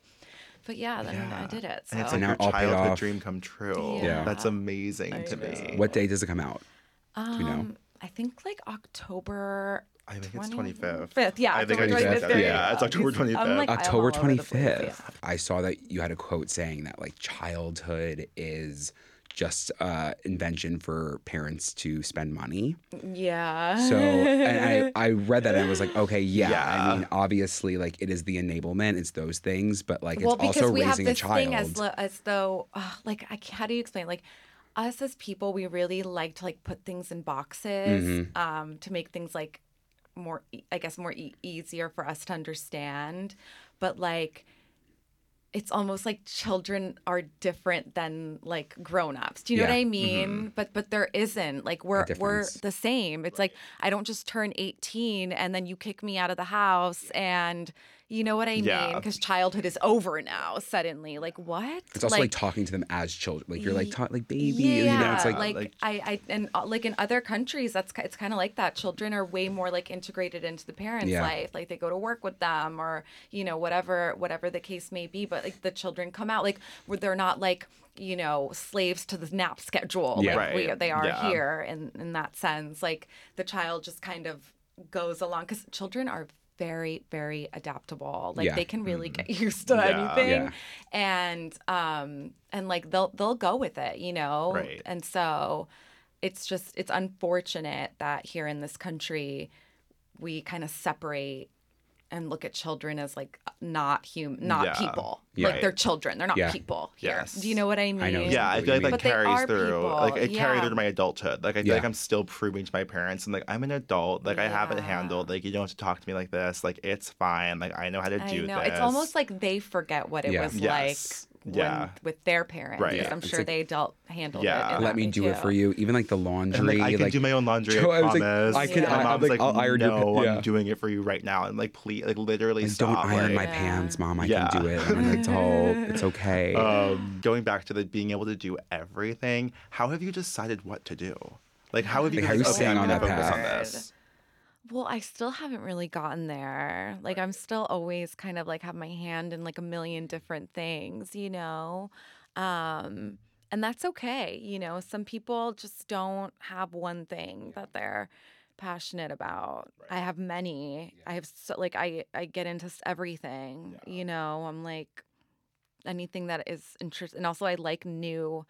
Speaker 4: but yeah, then I
Speaker 1: Yeah.
Speaker 4: did it. So
Speaker 1: And it's
Speaker 6: So
Speaker 1: like
Speaker 6: now
Speaker 1: your
Speaker 6: I'll pay
Speaker 1: childhood
Speaker 6: off.
Speaker 1: dream come true.
Speaker 4: Yeah.
Speaker 1: That's amazing
Speaker 4: I
Speaker 1: to
Speaker 4: know.
Speaker 1: me.
Speaker 6: What day does it come out?
Speaker 4: um,
Speaker 6: you know?
Speaker 4: I think like October.
Speaker 1: I think it's
Speaker 4: 20
Speaker 1: 25th.
Speaker 4: Fifth, yeah.
Speaker 1: I think I just
Speaker 4: October
Speaker 1: said
Speaker 4: 25th,
Speaker 1: that.
Speaker 4: there you
Speaker 1: Yeah,
Speaker 4: go.
Speaker 1: it's October
Speaker 4: I'm
Speaker 1: 25th.
Speaker 4: like, I'm all
Speaker 6: October
Speaker 4: over the place,
Speaker 6: 25th.
Speaker 4: yeah.
Speaker 6: I saw that you had a quote saying that like childhood is just uh invention for parents to spend money.
Speaker 4: Yeah.
Speaker 6: So and I, I read that and I was like, okay, yeah. I
Speaker 1: Yeah.
Speaker 6: mean, obviously like it is the enablement, it's those things, but like it's
Speaker 4: well, because
Speaker 6: also
Speaker 4: we have
Speaker 6: raising
Speaker 4: this
Speaker 6: a child.
Speaker 4: thing as, lo- as though, ugh, like, I, ca- how do you explain? Like, us as people, we really like to like put things in boxes
Speaker 6: Mm-hmm.
Speaker 4: um, to make things like more, e- I guess, more e- easier for us to understand. But like, it's almost like children are different than like grown-ups. Do you know
Speaker 6: Yeah. Mm-hmm.
Speaker 4: what I mean? But but there isn't. Like we're we're
Speaker 6: difference.
Speaker 4: the same. It's like I don't just turn 18 and then you kick me out of the house and you know what I
Speaker 1: Yeah.
Speaker 4: mean? Cuz childhood is over now suddenly. Like what?
Speaker 6: it's also like, talking to them as children. Like you're like
Speaker 4: Ye-
Speaker 6: taught like baby. and you know, it's like,
Speaker 4: like,
Speaker 1: like-
Speaker 4: I, I and uh, like in other countries, that's ki- it's kind of like that. Children are way more like integrated into the parents'
Speaker 6: Yeah.
Speaker 4: life. Like they go to work with them, or you know whatever whatever the case may be. But like the children come out like where they're not like you know slaves to the nap schedule.
Speaker 6: Yeah.
Speaker 4: like
Speaker 1: Right.
Speaker 4: we, they are
Speaker 1: Yeah.
Speaker 4: here in in that sense. Like the child just kind of goes along because children are very, very adaptable. Like
Speaker 2: Yeah.
Speaker 4: they can really
Speaker 1: Mm-hmm.
Speaker 4: get used to
Speaker 1: Yeah.
Speaker 4: anything,
Speaker 2: Yeah.
Speaker 4: and um, and like they'll they'll go with it, you know.
Speaker 1: Right.
Speaker 4: And so, it's just it's unfortunate that here in this country, we kind of separate and look at children as like not human, not
Speaker 1: Yeah.
Speaker 4: people.
Speaker 1: Right.
Speaker 4: Like they're children. They're not
Speaker 2: Yeah.
Speaker 4: people. Here.
Speaker 1: Yes.
Speaker 4: Do you know what I mean?
Speaker 2: know exactly
Speaker 1: Yeah, I
Speaker 2: what
Speaker 1: feel like
Speaker 2: you mean.
Speaker 1: that
Speaker 4: But they
Speaker 1: carries
Speaker 4: are
Speaker 1: through. Like
Speaker 4: people,
Speaker 1: it carried
Speaker 4: yeah.
Speaker 1: through to my adulthood. Like I feel
Speaker 2: Yeah.
Speaker 1: like I'm still proving to my parents and like I'm an adult. Like I have it
Speaker 4: Yeah.
Speaker 1: handled. Like you don't have to talk to me like this. Like it's fine. Like I know how to
Speaker 4: I
Speaker 1: do
Speaker 4: know.
Speaker 1: this.
Speaker 4: It's almost like they forget what it
Speaker 2: Yeah.
Speaker 4: was
Speaker 1: Yes.
Speaker 4: like
Speaker 1: Yeah.
Speaker 4: when, with their parents.
Speaker 1: Right.
Speaker 4: Because I'm
Speaker 2: It's
Speaker 4: sure
Speaker 2: like,
Speaker 4: they adult handled it.
Speaker 1: yeah.
Speaker 4: in
Speaker 2: Let
Speaker 4: that
Speaker 2: me
Speaker 4: way,
Speaker 2: do it
Speaker 4: too.
Speaker 2: for you. Even like the
Speaker 1: and,
Speaker 2: laundry,
Speaker 1: like, I can do my own laundry.
Speaker 2: Joe,
Speaker 1: I
Speaker 2: I was like,
Speaker 1: promise.
Speaker 2: I
Speaker 4: can-
Speaker 1: My
Speaker 4: I- I'm
Speaker 1: mom's
Speaker 2: like, I'll iron your
Speaker 1: no,
Speaker 2: pa- yeah."
Speaker 1: I'm doing it for you right now. And like, please, like, literally
Speaker 2: Like, don't
Speaker 1: stop.
Speaker 2: iron my
Speaker 1: like-
Speaker 2: pants, mom. I
Speaker 1: Yeah.
Speaker 2: can do it. I'm an adult. It's okay.
Speaker 1: um, going back to the being able to do everything, how have you decided what to do? Like, how have you?
Speaker 2: Like, how
Speaker 1: been
Speaker 2: are you
Speaker 1: like, okay,
Speaker 2: staying
Speaker 1: I'm
Speaker 2: on
Speaker 1: gonna
Speaker 2: that
Speaker 1: focus
Speaker 2: path?
Speaker 1: on this?
Speaker 4: Well, I still haven't really gotten there. Like I'm still always kind of like have my hand in like a million different things, you know. Um and that's okay, you know. Some people just don't have one thing that they're passionate about. I have many. I have so like I I get into s- everything, you know. I'm like anything that is interest and also I like new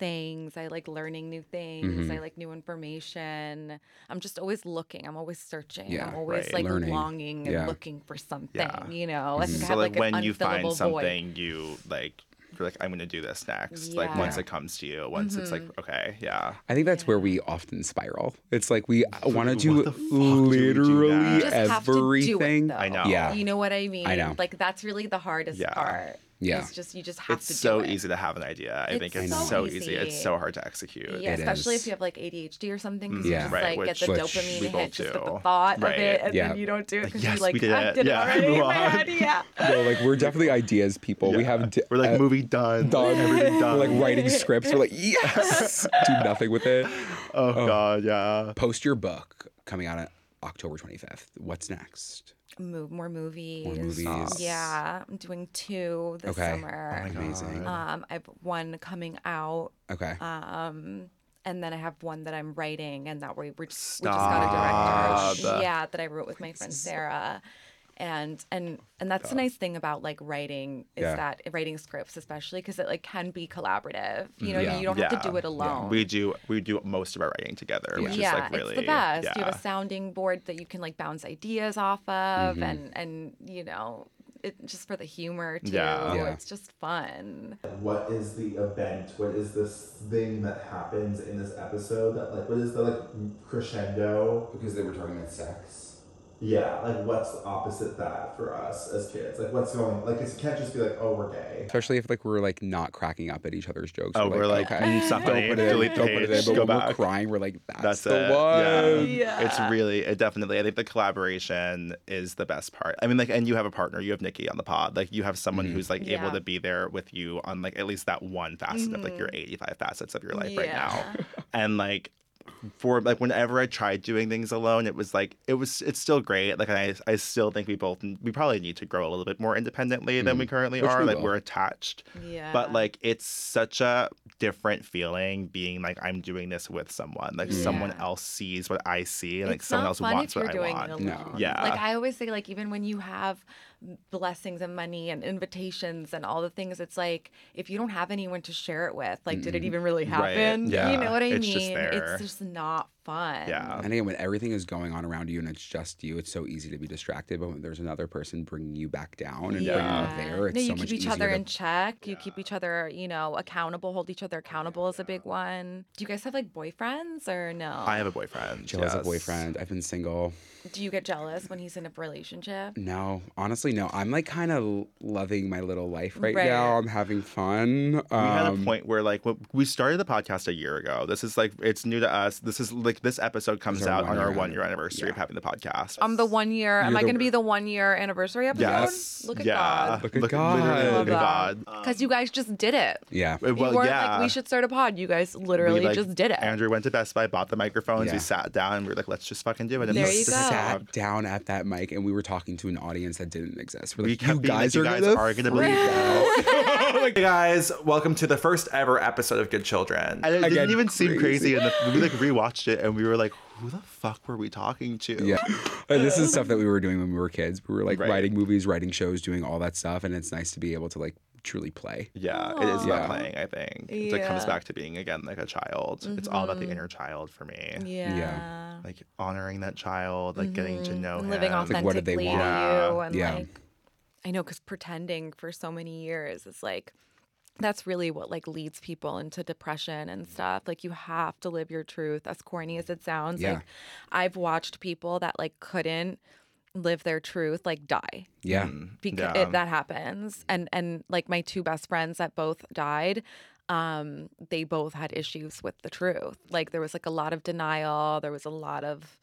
Speaker 4: things. I like learning new things. I like new information. I'm just always looking. I'm always searching.
Speaker 2: Yeah,
Speaker 4: I'm always
Speaker 1: right.
Speaker 4: like
Speaker 2: Learning.
Speaker 4: longing and
Speaker 2: Yeah. Mm-hmm.
Speaker 4: looking for something.
Speaker 1: Yeah.
Speaker 4: You know, I think I
Speaker 1: So
Speaker 4: have
Speaker 1: like,
Speaker 4: like, an
Speaker 1: when you find
Speaker 4: unfillable void.
Speaker 1: something, you like, you're like, I'm gonna do this next. Like once
Speaker 2: Yeah.
Speaker 1: it comes to you, once it's
Speaker 4: Mm-hmm.
Speaker 1: like, okay, yeah.
Speaker 2: I think that's where we often spiral. It's like we want to
Speaker 1: What
Speaker 2: do
Speaker 1: the fuck do we do
Speaker 2: literally
Speaker 1: that?
Speaker 4: Just have to do it,
Speaker 2: everything.
Speaker 4: though.
Speaker 1: uh, I know.
Speaker 2: Yeah.
Speaker 4: You know what I mean?
Speaker 2: know.
Speaker 4: Like that's really the hardest
Speaker 1: Yeah.
Speaker 4: part.
Speaker 2: Yeah.
Speaker 4: It's just you just have to
Speaker 1: It's so
Speaker 4: do it.
Speaker 1: easy to have an idea. I
Speaker 4: It's
Speaker 1: think it's
Speaker 2: so
Speaker 1: so easy. It's
Speaker 4: easy.
Speaker 1: so hard to execute.
Speaker 4: Yeah,
Speaker 2: It
Speaker 4: especially
Speaker 2: is.
Speaker 4: if you have like ADHD or something, because
Speaker 2: Yeah.
Speaker 4: you just
Speaker 1: Right,
Speaker 4: like get the
Speaker 1: which-
Speaker 2: which
Speaker 4: dopamine
Speaker 1: we both
Speaker 4: hit just with
Speaker 1: do.
Speaker 4: the thought
Speaker 1: Right.
Speaker 4: of it, and
Speaker 2: Yeah.
Speaker 4: then you don't do it because
Speaker 1: yes,
Speaker 4: you're like,
Speaker 1: we did
Speaker 4: I
Speaker 1: it.
Speaker 4: did
Speaker 1: Yeah,
Speaker 4: it already in
Speaker 1: move
Speaker 4: my
Speaker 1: on.
Speaker 4: head. Yeah.
Speaker 2: No, like we're definitely ideas people. We
Speaker 1: Yeah.
Speaker 2: have di-
Speaker 1: We're like
Speaker 2: uh,
Speaker 1: movie done.
Speaker 2: done.
Speaker 1: Everything
Speaker 2: We're
Speaker 1: done.
Speaker 2: like writing scripts. We're like yes, do nothing with it.
Speaker 1: oh god, yeah.
Speaker 2: Post your book coming out on October 25th. What's next?
Speaker 4: Move more movies.
Speaker 2: movies.
Speaker 4: Yeah, I'm doing two this
Speaker 2: Okay.
Speaker 1: Oh
Speaker 4: summer.
Speaker 2: Amazing.
Speaker 4: Um, I have one coming out,
Speaker 2: Okay.
Speaker 4: Uh, and then I have one that I'm writing, and that we we're just, we just got
Speaker 1: Stop.
Speaker 4: a director. Yeah, that I wrote with my friend Sarah. And and and that's the nice thing about like writing is
Speaker 2: Yeah.
Speaker 4: that writing scripts especially because it like can be collaborative. You know, what I mean?
Speaker 2: Yeah.
Speaker 4: you don't have to
Speaker 1: Mm, Yeah.
Speaker 4: do it alone.
Speaker 1: We do we do most of our writing together, which
Speaker 4: yeah,
Speaker 1: is like really
Speaker 4: it's the best. You have
Speaker 1: yeah.
Speaker 4: a sounding board that you can like bounce ideas off of,
Speaker 1: Mm-hmm.
Speaker 4: and and you know, it just for the humor too.
Speaker 1: Yeah.
Speaker 2: Yeah.
Speaker 4: It's just fun.
Speaker 7: what is the event what is this thing that happens in this episode that like what is the like crescendo
Speaker 2: Because they were talking about sex.
Speaker 7: yeah like what's opposite that for us as kids like what's going like it can't just be like oh we're gay
Speaker 2: Especially if like we're like not cracking up at each other's jokes.
Speaker 1: Oh, we're like, mm, stop
Speaker 2: don't
Speaker 1: it,
Speaker 2: put it
Speaker 1: delete
Speaker 2: in,
Speaker 1: the
Speaker 2: don't put it in.
Speaker 1: page,
Speaker 2: But
Speaker 1: go
Speaker 2: when we're
Speaker 1: back.
Speaker 2: crying, we're like,
Speaker 1: That's
Speaker 2: that's, the
Speaker 1: it.
Speaker 2: one.
Speaker 1: Yeah. It's really it definitely I think the collaboration is the best part. I mean like and you have a partner, you have Nikki on the pod. Like you have someone
Speaker 2: Mm-hmm.
Speaker 1: who's like able
Speaker 4: Yeah.
Speaker 1: to be there with you on like at least that one facet of like your 85 facets of your life right now. And like for like whenever I tried doing things alone, it was like it was it's still great. Like I I still think we both we probably need to grow a little bit more independently than we currently
Speaker 2: Which
Speaker 1: are.
Speaker 2: we
Speaker 1: like
Speaker 2: will.
Speaker 1: we're attached.
Speaker 4: Yeah.
Speaker 1: But like it's such a different feeling being like I'm doing this with someone. Like someone
Speaker 4: Yeah.
Speaker 1: else sees what I see and like
Speaker 4: it's
Speaker 1: someone
Speaker 4: not
Speaker 1: else
Speaker 4: fun
Speaker 1: wants
Speaker 4: if you're
Speaker 1: what
Speaker 4: doing
Speaker 1: I want.
Speaker 4: it alone.
Speaker 1: Yeah.
Speaker 4: Like I always say, like even when you have blessings and money and invitations and all the things, it's like if you don't have anyone to share it with, like
Speaker 2: Mm-hmm.
Speaker 4: did it even really
Speaker 1: Right.
Speaker 4: happen?
Speaker 1: Yeah.
Speaker 4: You know what I
Speaker 1: It's
Speaker 4: mean?
Speaker 1: just there.
Speaker 4: It's just not fun.
Speaker 1: Yeah.
Speaker 2: And again, when everything is going on around you and it's just you, it's so easy to be distracted. But when there's another person bringing you back down and bringing you up there, it's
Speaker 4: no, you
Speaker 2: so
Speaker 4: keep
Speaker 2: much
Speaker 4: each
Speaker 2: easier
Speaker 4: other
Speaker 2: to
Speaker 4: in check. You keep each other, you know, accountable. Hold each other accountable is a big one. Do you guys have like boyfriends or no?
Speaker 1: I have a boyfriend.
Speaker 2: Jill has a
Speaker 1: yes.
Speaker 2: boyfriend. I've been single.
Speaker 4: Do you get jealous when he's in a relationship?
Speaker 2: No, honestly, no. I'm like kind of loving my little life right,
Speaker 4: Right.
Speaker 2: now. I'm having fun. Um,
Speaker 1: We had a point where like when- we started the podcast a year ago. This is like it's new to us. This is like this episode comes out
Speaker 2: our
Speaker 1: on
Speaker 2: one-year
Speaker 1: our one year anniversary of having the podcast.
Speaker 4: I'm the one year. am
Speaker 2: You're
Speaker 4: I
Speaker 2: the-
Speaker 4: going to be the one year anniversary episode?
Speaker 1: Yes.
Speaker 4: Look at
Speaker 1: yeah.
Speaker 4: God.
Speaker 2: Look at
Speaker 1: literally
Speaker 2: God.
Speaker 1: Look at Oh God.
Speaker 4: Love Because you guys just did it.
Speaker 2: yeah.
Speaker 1: Uh, Well,
Speaker 4: you weren't
Speaker 1: yeah.
Speaker 4: like, we should start a pod. You guys
Speaker 1: We,
Speaker 4: literally
Speaker 1: like,
Speaker 4: just did it.
Speaker 1: Andrew went to Best Buy, bought the microphones.
Speaker 2: Yeah.
Speaker 1: We sat down and we were like, let's just fucking do it. And
Speaker 4: There
Speaker 1: we
Speaker 4: you go.
Speaker 1: sat-
Speaker 2: Sat down at that mic and we were talking to an audience that didn't exist. We're
Speaker 1: We
Speaker 2: like,
Speaker 1: kept
Speaker 2: you
Speaker 1: being like,
Speaker 2: guys,
Speaker 1: you guys are
Speaker 2: are
Speaker 1: going
Speaker 2: going
Speaker 1: to believe that. hey guys, welcome to the first ever episode of Good Children. And it
Speaker 2: Again,
Speaker 1: didn't even seem crazy.
Speaker 2: crazy.
Speaker 1: And the, we like rewatched it and we were like, who the fuck were we talking to?
Speaker 6: Yeah. And this is stuff that we were doing when we were kids. We were like
Speaker 1: Right.
Speaker 6: writing movies, writing shows, doing all that stuff. And it's nice to be able to like truly play.
Speaker 1: Yeah, it is
Speaker 6: Aw.
Speaker 1: about playing, I think. It's like comes
Speaker 4: Yeah. Mm-hmm.
Speaker 1: back to being again like a child. It's all about the inner child for me.
Speaker 4: Yeah.
Speaker 1: Like honoring that child, like getting to know
Speaker 4: Mm-hmm. And
Speaker 1: him.
Speaker 4: living authentically
Speaker 6: Like, what did they
Speaker 4: to
Speaker 1: want?
Speaker 4: you and
Speaker 6: Yeah.
Speaker 4: like I know cuz pretending for so many years is like that's really what like leads people into depression and stuff. Like you have to live your truth as corny as it sounds.
Speaker 6: Yeah.
Speaker 4: Like I've watched people that like couldn't live their truth like die
Speaker 6: Yeah.
Speaker 1: Mm.
Speaker 4: because
Speaker 1: Yeah.
Speaker 4: it, that happens and and like my two best friends that both died um they both had issues with the truth like there was like a lot of denial there was a lot of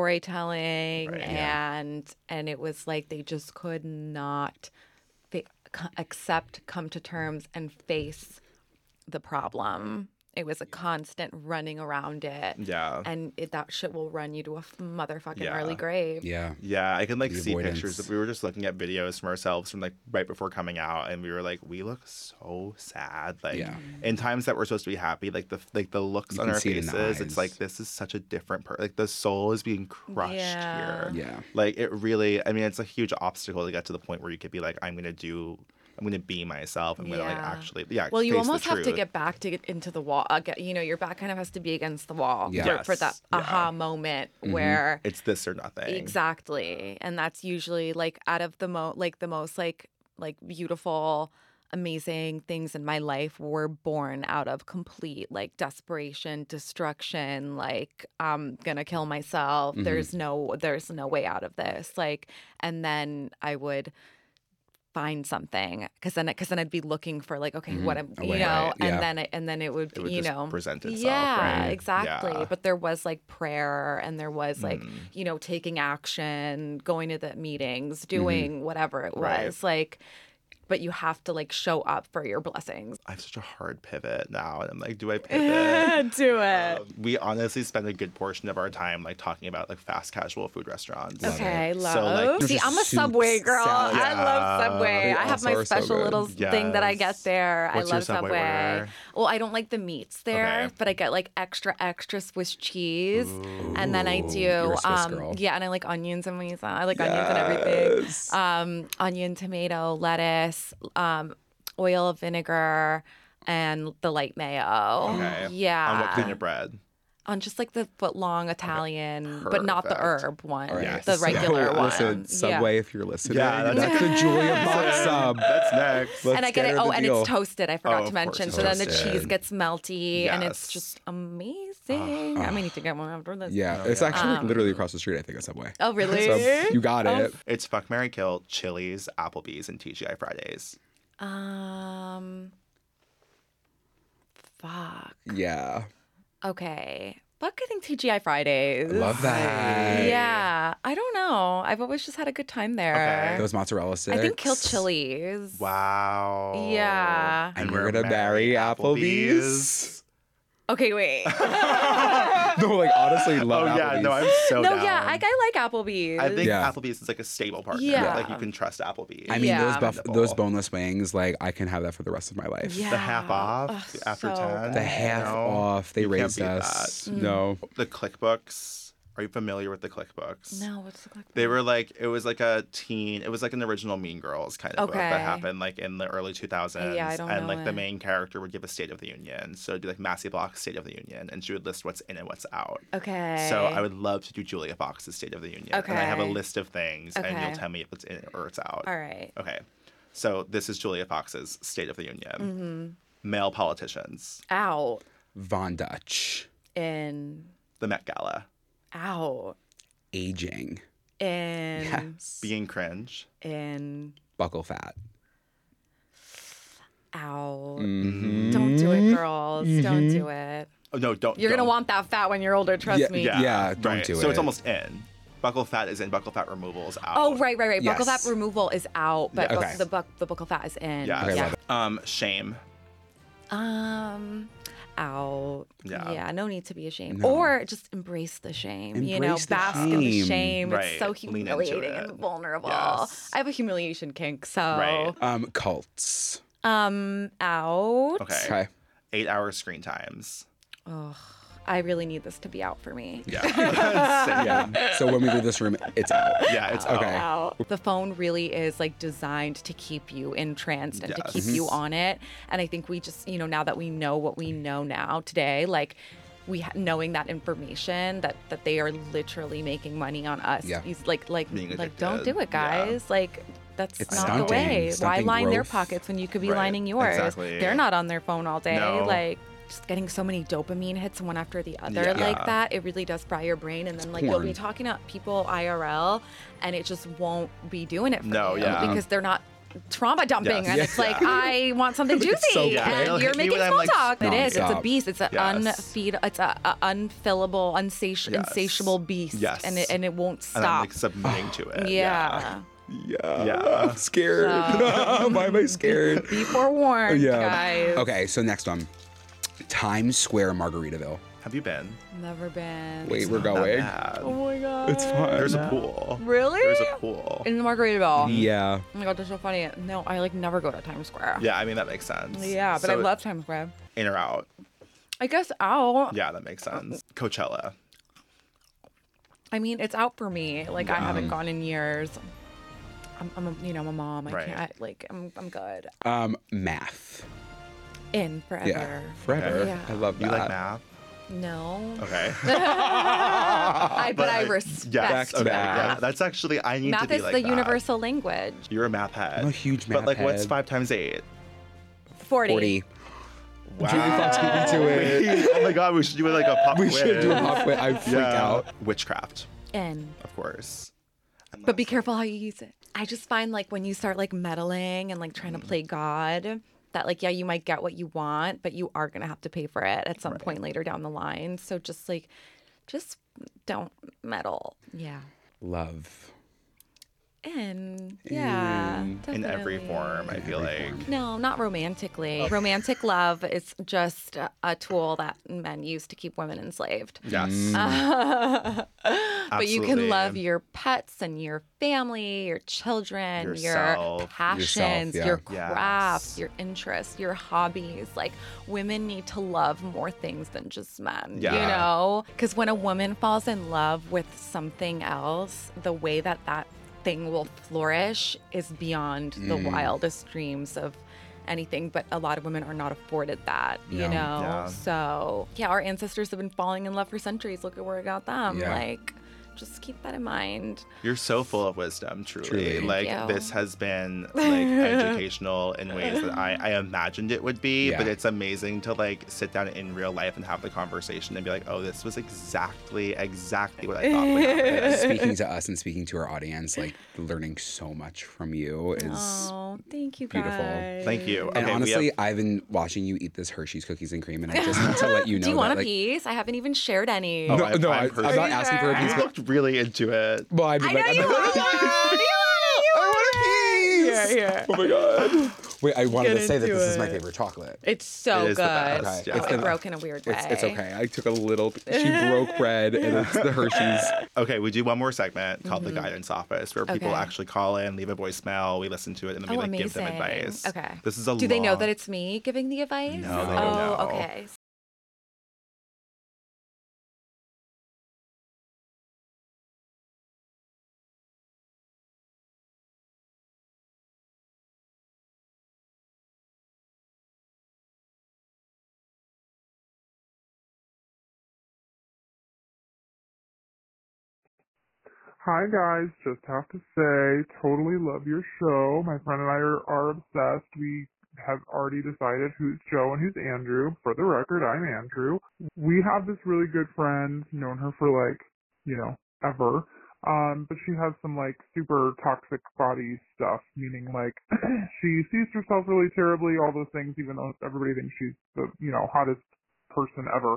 Speaker 4: storytelling
Speaker 1: Right.
Speaker 4: and and it was like they just could not fa- c- accept come to terms and face the problem it was a constant running around it
Speaker 1: Yeah.
Speaker 4: and it, that shit will run you to a f- motherfucking
Speaker 1: Yeah.
Speaker 4: early grave
Speaker 6: Yeah.
Speaker 1: Yeah, I can like
Speaker 6: The
Speaker 1: see pictures.
Speaker 6: avoidance.
Speaker 1: Of, we were just looking at videos from ourselves from like right before coming out, and we were like, we look so sad. Like
Speaker 6: Yeah.
Speaker 1: in times that we're supposed to be happy, like the like the looks
Speaker 6: You
Speaker 1: on
Speaker 6: can
Speaker 1: our
Speaker 6: see it in the
Speaker 1: faces, it's
Speaker 6: eyes.
Speaker 1: like this is such a different person. Like the soul is being crushed here.
Speaker 4: Yeah.
Speaker 6: Yeah.
Speaker 1: Like it really. I mean, it's a huge obstacle to get to the point where you could be like, I'm gonna do. I'm gonna be myself. I'm gonna like
Speaker 4: Yeah.
Speaker 1: actually. Yeah.
Speaker 4: Well, you
Speaker 1: face the
Speaker 4: almost have to
Speaker 1: truth.
Speaker 4: get back to get into the wall. aga you know, your back kind of has to be against the wall
Speaker 6: Yeah.
Speaker 4: for, for that
Speaker 1: Yes, yeah. Mm-hmm.
Speaker 4: aha moment where
Speaker 1: It's this or nothing.
Speaker 4: exactly, and that's usually like out of the mo like the most like like beautiful, amazing things in my life were born out of complete like desperation, destruction. Like I'm gonna kill myself.
Speaker 1: Mm-hmm.
Speaker 4: There's no there's no way out of this. Like, and then I would find something because then because then I'd be looking for like okay what
Speaker 1: Mm-hmm,
Speaker 4: am
Speaker 6: A
Speaker 4: you
Speaker 6: way,
Speaker 4: know
Speaker 6: right, yeah.
Speaker 4: and then it, and then it would,
Speaker 1: It would
Speaker 4: you
Speaker 1: just
Speaker 4: know
Speaker 1: present itself.
Speaker 4: yeah
Speaker 1: right?
Speaker 4: exactly
Speaker 1: Yeah.
Speaker 4: but there was like prayer and there was like
Speaker 1: Mm.
Speaker 4: you know taking action going to the meetings doing whatever it was
Speaker 1: Mm-hmm. Right.
Speaker 4: like but you have to like show up for your blessings
Speaker 1: I have such a hard pivot now, and I'm like, do I pivot?
Speaker 4: do it
Speaker 1: Um, we honestly spend a good portion of our time like talking about like fast casual food restaurants.
Speaker 4: Okay, love.
Speaker 1: So, like,
Speaker 4: See,
Speaker 6: just
Speaker 4: I'm a
Speaker 6: soup,
Speaker 4: Subway girl.
Speaker 6: salad.
Speaker 4: I love Subway.
Speaker 6: They
Speaker 4: I have
Speaker 6: also
Speaker 4: my
Speaker 6: are so
Speaker 4: special
Speaker 6: good.
Speaker 4: little thing that I get
Speaker 1: Yes.
Speaker 4: there.
Speaker 1: What's
Speaker 4: I
Speaker 1: your
Speaker 4: love
Speaker 1: Subway
Speaker 4: Subway.
Speaker 1: order?
Speaker 4: Well, I don't like the meats there,
Speaker 1: Okay.
Speaker 4: but I get like extra extra Swiss cheese, and then I
Speaker 6: Ooh,
Speaker 4: do
Speaker 6: you're a Swiss
Speaker 4: um
Speaker 6: girl.
Speaker 4: yeah, and I like onions and mayonnaise. I like onions and everything. Um, onion, tomato, lettuce, um, oil, vinegar. And the light mayo,
Speaker 1: Okay.
Speaker 4: yeah,
Speaker 1: On what kind of bread?
Speaker 4: on just like the foot long Italian, but not the
Speaker 1: Perfect.
Speaker 4: herb one,
Speaker 1: Yes.
Speaker 4: the regular
Speaker 6: So,
Speaker 4: one.
Speaker 6: Listen,
Speaker 4: Yeah.
Speaker 6: Subway, if you're listening,
Speaker 1: Yeah,
Speaker 6: that's the Julia box sub.
Speaker 1: That's next.
Speaker 6: Let's
Speaker 4: and I get,
Speaker 6: her
Speaker 4: it.
Speaker 6: the
Speaker 4: Oh, and
Speaker 6: deal.
Speaker 4: it's toasted. I
Speaker 1: Oh,
Speaker 4: forgot
Speaker 1: of
Speaker 4: to
Speaker 1: course,
Speaker 4: mention.
Speaker 1: it's
Speaker 4: So then the cheese
Speaker 6: toasted. Ah.
Speaker 4: gets melty, and it's
Speaker 1: Yes.
Speaker 4: just amazing. I'm gonna need to get one after this.
Speaker 6: Oh, Yeah, it's actually like, literally across the street. I think at Subway.
Speaker 4: Um, Oh, really? Oh,
Speaker 6: So you got it.
Speaker 1: It's fuck Mary Kill, Chili's, Applebee's, and TGI Fridays.
Speaker 4: Um. Fuck.
Speaker 6: Yeah,
Speaker 4: Okay. Fuck. I think TGI Fridays.
Speaker 6: love that.
Speaker 4: Yeah. I don't know. I've always just had a good time there.
Speaker 6: Those mozzarella sticks.
Speaker 4: I think Kill Chili's.
Speaker 1: Wow.
Speaker 4: Yeah.
Speaker 6: And we're gonna marry Applebee's.
Speaker 4: Okay. Wait.
Speaker 6: no, like honestly,
Speaker 1: Oh
Speaker 6: love.
Speaker 1: yeah, no,
Speaker 6: Applebee's.
Speaker 1: I'm so
Speaker 4: no.
Speaker 1: down.
Speaker 4: Yeah. I, I like Applebee's.
Speaker 1: I think
Speaker 6: Yeah.
Speaker 1: Applebee's is like a stable partner.
Speaker 4: Yeah.
Speaker 1: Like you can trust Applebee's.
Speaker 6: I mean,
Speaker 4: Yeah.
Speaker 6: those buff- those boneless wings, like I can have that for the rest of my life.
Speaker 4: Yeah.
Speaker 1: the half off
Speaker 4: Ugh,
Speaker 1: after
Speaker 4: so
Speaker 1: 10.
Speaker 6: The half
Speaker 1: No.
Speaker 6: off, they
Speaker 1: you can't
Speaker 6: raised
Speaker 1: beat
Speaker 6: us.
Speaker 4: Mm.
Speaker 6: No,
Speaker 1: The ClickBooks. Are you familiar with the ClickBooks?
Speaker 4: No. What's the
Speaker 1: They were like it was like a teen. It was like an original Mean Girls kind of book that
Speaker 4: Okay.
Speaker 1: happened like in the early 2000s.
Speaker 4: Yeah, I don't
Speaker 1: and
Speaker 4: know
Speaker 1: like the
Speaker 4: it.
Speaker 1: main character would give a State of the Union. So it'd be like Massey Block's State of the Union, and she would list what's in and what's out.
Speaker 4: Okay.
Speaker 1: So I would love to do Julia Fox's State of the Union, and I have a
Speaker 4: Okay.
Speaker 1: list of things, and
Speaker 4: Okay.
Speaker 1: you'll tell me if it's in or it's out.
Speaker 4: All right.
Speaker 1: Okay. So this is Julia Fox's State of the Union.
Speaker 4: Mm-hmm.
Speaker 1: Male politicians,
Speaker 4: Out
Speaker 6: Von Dutch,
Speaker 4: in
Speaker 1: the Met Gala,
Speaker 4: out
Speaker 6: aging,
Speaker 4: in
Speaker 6: yes,
Speaker 1: being cringe,
Speaker 4: in
Speaker 6: buckle fat.
Speaker 4: out.
Speaker 1: Mm-hmm.
Speaker 4: Don't do it, girls. Don't do it.
Speaker 1: Oh, no, don't.
Speaker 4: You're gonna
Speaker 1: don't.
Speaker 4: want that fat when you're older. Trust
Speaker 6: Yeah,
Speaker 4: me.
Speaker 6: yeah. don't do
Speaker 1: So
Speaker 6: it.
Speaker 1: it's almost in. Buckle fat is in. Buckle fat removal is out.
Speaker 4: Oh right, right, right. Buckle
Speaker 6: Yes.
Speaker 4: fat removal is out, but
Speaker 6: Yeah.
Speaker 4: buck-
Speaker 6: Okay.
Speaker 4: the buck the buckle fat is in.
Speaker 1: Yeah.
Speaker 6: Okay,
Speaker 4: yeah.
Speaker 6: love
Speaker 1: Um, shame.
Speaker 4: Um. Out.
Speaker 1: Yeah.
Speaker 4: no need to be ashamed, or just embrace the shame. you know,
Speaker 6: Embrace the
Speaker 4: bask in the
Speaker 6: shame.
Speaker 4: shame. It's so
Speaker 1: Right. Lean into
Speaker 4: humiliating
Speaker 1: it.
Speaker 4: and vulnerable.
Speaker 1: Yes.
Speaker 4: I have a humiliation kink, so
Speaker 1: Right.
Speaker 6: Um, cults.
Speaker 4: um, out.
Speaker 1: Okay.
Speaker 6: Okay,
Speaker 1: Eight hour screen times.
Speaker 4: I really need this to be out for me.
Speaker 6: yeah. So when we leave this room, it's out.
Speaker 1: Yeah, it's
Speaker 6: Okay.
Speaker 4: Wow. The phone really is like designed to keep you entranced and to keep you
Speaker 1: Mm-hmm.
Speaker 4: on it. And I think we just, you know, now that we know what we know now today, like we ha- knowing that information that that they are literally making money on us.
Speaker 6: Yeah.
Speaker 4: He's like like
Speaker 1: Being
Speaker 4: like don't
Speaker 1: addicted.
Speaker 4: do it,
Speaker 1: Yeah.
Speaker 4: guys. Like that's
Speaker 6: It's
Speaker 4: not the
Speaker 6: stunting.
Speaker 4: way. Why
Speaker 6: Stunting
Speaker 4: line their
Speaker 6: growth.
Speaker 4: pockets when you could be
Speaker 1: Right.
Speaker 4: lining yours?
Speaker 1: Exactly.
Speaker 4: They're not on their phone all day.
Speaker 1: No.
Speaker 4: Like just getting so many dopamine hits one after the other
Speaker 1: Yeah.
Speaker 4: like that it really does fry your brain and then like you'll be
Speaker 6: porn.
Speaker 4: talking to people IRL and it just won't be doing it for
Speaker 1: No,
Speaker 4: you
Speaker 1: yeah.
Speaker 4: because they're not trauma dumping
Speaker 1: Yes.
Speaker 4: and
Speaker 1: Yeah.
Speaker 4: it's like I want something juicy
Speaker 6: so
Speaker 1: quick.
Speaker 4: and
Speaker 1: They'll
Speaker 4: you're
Speaker 1: hit me
Speaker 4: making
Speaker 1: when I'm,
Speaker 4: small
Speaker 1: like,
Speaker 4: talk. It is. It's a
Speaker 6: nonstop.
Speaker 4: beast. It's an
Speaker 1: Yes.
Speaker 4: unfeed. It's a, a unfillable, unsati-
Speaker 1: Yes.
Speaker 4: insatiable beast.
Speaker 1: Yes.
Speaker 4: And it and it won't stop.
Speaker 1: And I'm like submitting to it.
Speaker 4: yeah.
Speaker 6: Yeah.
Speaker 1: Yeah.
Speaker 6: I'm scared. Why am I scared?
Speaker 4: Be forewarned,
Speaker 6: Yeah.
Speaker 4: guys.
Speaker 6: Okay, so next one. Times Square, Margaritaville.
Speaker 1: Have you been?
Speaker 4: Never been.
Speaker 6: Wait, we're
Speaker 1: Not
Speaker 6: going.
Speaker 1: bad.
Speaker 4: Oh my god.
Speaker 6: It's fun.
Speaker 1: There's a pool.
Speaker 4: Really?
Speaker 1: There's a Mm. pool.
Speaker 4: in Margaritaville.
Speaker 6: Yeah.
Speaker 4: Oh my god, that's so funny. No, I like never go to Times Square.
Speaker 1: Yeah, I mean that makes sense.
Speaker 4: Yeah, but I
Speaker 1: So,
Speaker 4: love Times Square.
Speaker 1: in or out.
Speaker 4: I guess out.
Speaker 1: Yeah, that makes sense. Coachella.
Speaker 4: I mean, it's out for me. Like I haven't gone in years. I'm, I'm a, you know, I'm a mom. I
Speaker 1: Right.
Speaker 4: can't. Like I'm, I'm good.
Speaker 6: Um, math.
Speaker 4: In forever.
Speaker 6: Yeah. Forever. Uh,
Speaker 4: Yeah.
Speaker 6: I love
Speaker 1: You
Speaker 6: that.
Speaker 1: like math?
Speaker 4: No.
Speaker 1: Okay.
Speaker 4: I, but I
Speaker 1: But-
Speaker 4: respect.
Speaker 1: yes. Okay. Yeah,
Speaker 6: math.
Speaker 1: that's actually I need to
Speaker 4: Math
Speaker 1: be
Speaker 4: is
Speaker 1: like
Speaker 4: the
Speaker 1: that.
Speaker 4: universal language.
Speaker 1: You're a math head.
Speaker 6: I'm a huge
Speaker 1: But
Speaker 6: math
Speaker 1: like, what's
Speaker 6: head.
Speaker 1: five times eight?
Speaker 4: 40.
Speaker 6: 40.
Speaker 1: Wow.
Speaker 6: Julie Fox beat me to it.
Speaker 1: oh my god, we should do like a pop
Speaker 6: We
Speaker 1: quiz.
Speaker 6: should do a pop quiz. I freaked
Speaker 1: yeah.
Speaker 6: out.
Speaker 1: Witchcraft,
Speaker 4: In.
Speaker 1: of course.
Speaker 4: But be careful how you use it. I just find like when you start like meddling and like trying to
Speaker 1: Mm.
Speaker 4: play God, that like, yeah, you might get what you want, but you are going to have to pay for it at some point later down the line. So just like, just don't meddle. Yeah.
Speaker 6: Love.
Speaker 4: In. Yeah.
Speaker 1: Mm, In every
Speaker 4: definitely.
Speaker 1: form, Oh. I feel like.
Speaker 4: No, not romantically. Romantic love is just a, a tool that men use to keep women enslaved.
Speaker 1: Yes.
Speaker 4: But you
Speaker 1: Absolutely.
Speaker 4: can love your pets and your family, your children, your
Speaker 1: Yourself.
Speaker 4: passions,
Speaker 6: Yourself,
Speaker 4: your
Speaker 1: yeah.
Speaker 4: crafts,
Speaker 1: Yes.
Speaker 4: your interests, your hobbies. Like women need to love more things than just men, you
Speaker 1: Yeah.
Speaker 4: know? Because when a woman falls in love with something else, the way that that thing will flourish is beyond the
Speaker 1: Mm.
Speaker 4: wildest dreams of anything but a lot of women are not afforded that you know
Speaker 1: Yeah.
Speaker 4: so yeah our ancestors have been falling in love for centuries look at where it got them
Speaker 6: Yeah.
Speaker 4: like just keep that in mind
Speaker 1: You're so full of wisdom, truly.
Speaker 6: Truly. Thank
Speaker 1: Like
Speaker 4: you.
Speaker 1: this has been like educational in ways that I, I imagined it would be, but
Speaker 6: Yeah.
Speaker 1: it's amazing to like sit down in real life and have the conversation and be like, oh, this was exactly, exactly what I thought would happen.
Speaker 6: speaking to us and speaking to our audience, like learning so much from you is.
Speaker 4: oh thank you
Speaker 6: beautiful.
Speaker 4: guys.
Speaker 1: Thank you.
Speaker 6: And
Speaker 1: we
Speaker 6: honestly,
Speaker 1: have-
Speaker 6: I've been watching you eat this Hershey's cookies and cream, and I just want to let you know
Speaker 4: do you
Speaker 6: that,
Speaker 4: want a
Speaker 6: like,
Speaker 4: piece i haven't even shared any
Speaker 1: Oh,
Speaker 6: No,
Speaker 1: I-
Speaker 6: no,
Speaker 1: I'm
Speaker 6: I, I'm
Speaker 1: personally-
Speaker 6: not asking for a piece,
Speaker 1: you
Speaker 6: but
Speaker 1: looked really into it.
Speaker 6: well, I'd be
Speaker 4: I
Speaker 6: like,
Speaker 4: know
Speaker 6: I'm
Speaker 4: you
Speaker 6: like,
Speaker 4: want it.
Speaker 6: I want a piece.
Speaker 4: Yeah, yeah.
Speaker 6: Oh my god. Wait, I wanted to say that
Speaker 4: into
Speaker 6: this is my
Speaker 4: it.
Speaker 6: favorite chocolate.
Speaker 4: it's so
Speaker 1: It is
Speaker 4: good
Speaker 1: the best,
Speaker 4: Oh,
Speaker 1: yeah. It's
Speaker 4: it
Speaker 1: the-
Speaker 4: broke in a weird way
Speaker 6: It's, it's okay. I took a little. She broke bread, and it's the Hershey's.
Speaker 1: Okay, we do one more segment called the guidance office where people
Speaker 4: Mm-hmm. Okay.
Speaker 1: actually call in, leave a voicemail, we listen to it, and then we
Speaker 4: Oh,
Speaker 1: like
Speaker 4: amazing.
Speaker 1: give them advice.
Speaker 4: Okay.
Speaker 1: This is a
Speaker 4: Do they know
Speaker 1: long-
Speaker 4: that it's me giving the advice?
Speaker 1: No, they don't
Speaker 4: oh,
Speaker 1: know.
Speaker 4: okay.
Speaker 8: Hi guys, just have to say, totally love your show. My friend and I are, are obsessed. We have already decided who's Joe and who's Andrew. For the record, I'm Andrew. We have this really good friend, known her for like, you know, ever. Um, but she has some like super toxic body stuff, meaning like she sees herself really terribly, all those things, even though everybody thinks she's the, you know, hottest person ever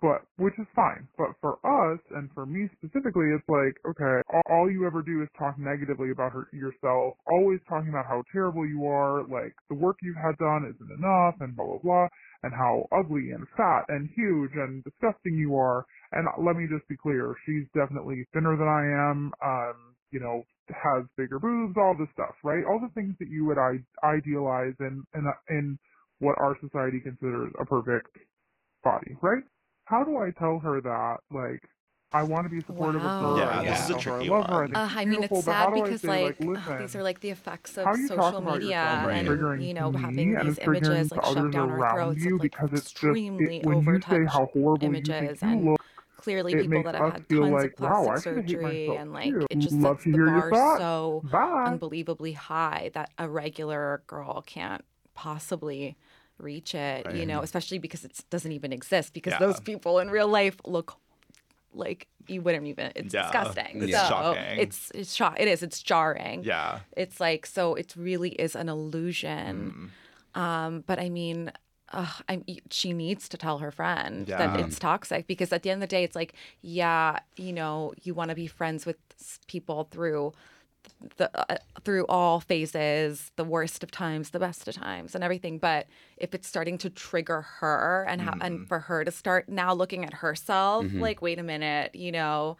Speaker 8: but which is fine. But for us and for me specifically, it's like okay, all, all you ever do is talk negatively about her, yourself, always talking about how terrible you are, like the work you've had done isn't enough, and blah blah blah, and how ugly and fat and huge and disgusting you are. And let me just be clear, she's definitely thinner than I am. Um, you know, has bigger boobs, all this stuff, right? All the things that you would I- idealize in in in what our society considers a perfect body, right? how do I tell her that? Like, I want to be supportive
Speaker 4: Wow.
Speaker 8: of her.
Speaker 1: Yeah,
Speaker 8: I
Speaker 1: this is a
Speaker 8: love her, I
Speaker 1: tricky
Speaker 8: love her. I
Speaker 1: one.
Speaker 8: think
Speaker 4: Uh, I
Speaker 8: she's
Speaker 4: mean,
Speaker 8: beautiful,
Speaker 4: it's
Speaker 8: but how
Speaker 4: sad
Speaker 8: do I
Speaker 4: because
Speaker 8: say,
Speaker 4: like,
Speaker 8: like,
Speaker 4: ugh, these
Speaker 8: listen,
Speaker 4: are like the effects of
Speaker 8: how you talk
Speaker 4: social
Speaker 8: about
Speaker 4: media
Speaker 8: yourself
Speaker 1: Right.
Speaker 8: is
Speaker 4: and
Speaker 8: triggering
Speaker 4: you know
Speaker 8: to
Speaker 4: having
Speaker 8: me and
Speaker 4: these
Speaker 8: it's triggering
Speaker 4: images
Speaker 8: to
Speaker 4: like
Speaker 8: others
Speaker 4: shoved down our
Speaker 8: around
Speaker 4: throats
Speaker 8: you
Speaker 4: of like
Speaker 8: because it's just
Speaker 4: extremely
Speaker 8: it, when you say
Speaker 4: overtouched
Speaker 8: how horrible you think
Speaker 4: images
Speaker 8: you
Speaker 4: and
Speaker 8: look,
Speaker 4: clearly
Speaker 8: it
Speaker 4: people
Speaker 8: makes
Speaker 4: that have
Speaker 8: us
Speaker 4: had
Speaker 8: feel
Speaker 4: tons of
Speaker 8: like, wow,
Speaker 4: plastic
Speaker 8: I should hate
Speaker 4: surgery
Speaker 8: myself
Speaker 4: and like
Speaker 8: too.
Speaker 4: it just
Speaker 8: Love
Speaker 4: sets
Speaker 8: to
Speaker 4: the
Speaker 8: hear
Speaker 4: bar
Speaker 8: your thoughts.
Speaker 4: so
Speaker 8: Bye.
Speaker 4: unbelievably high that a regular girl can't possibly reach it you know especially because it doesn't even exist because
Speaker 1: Yeah.
Speaker 4: those people in real life look like you wouldn't even it's
Speaker 1: Yeah.
Speaker 4: disgusting
Speaker 1: It's
Speaker 4: so
Speaker 1: shocking.
Speaker 4: it's it's sho- it is it's jarring
Speaker 1: Yeah.
Speaker 4: it's like so it really is an illusion
Speaker 1: Mm.
Speaker 4: um but i mean ugh, I'm, she needs to tell her friend that
Speaker 1: Yeah.
Speaker 4: it's toxic because at the end of the day it's like yeah you know you want to be friends with s- people through the uh, through all phases the worst of times the best of times and everything but if it's starting to trigger her and how
Speaker 1: Mm.
Speaker 4: and for her to start now looking at herself
Speaker 1: Mm-hmm.
Speaker 4: like wait a minute you know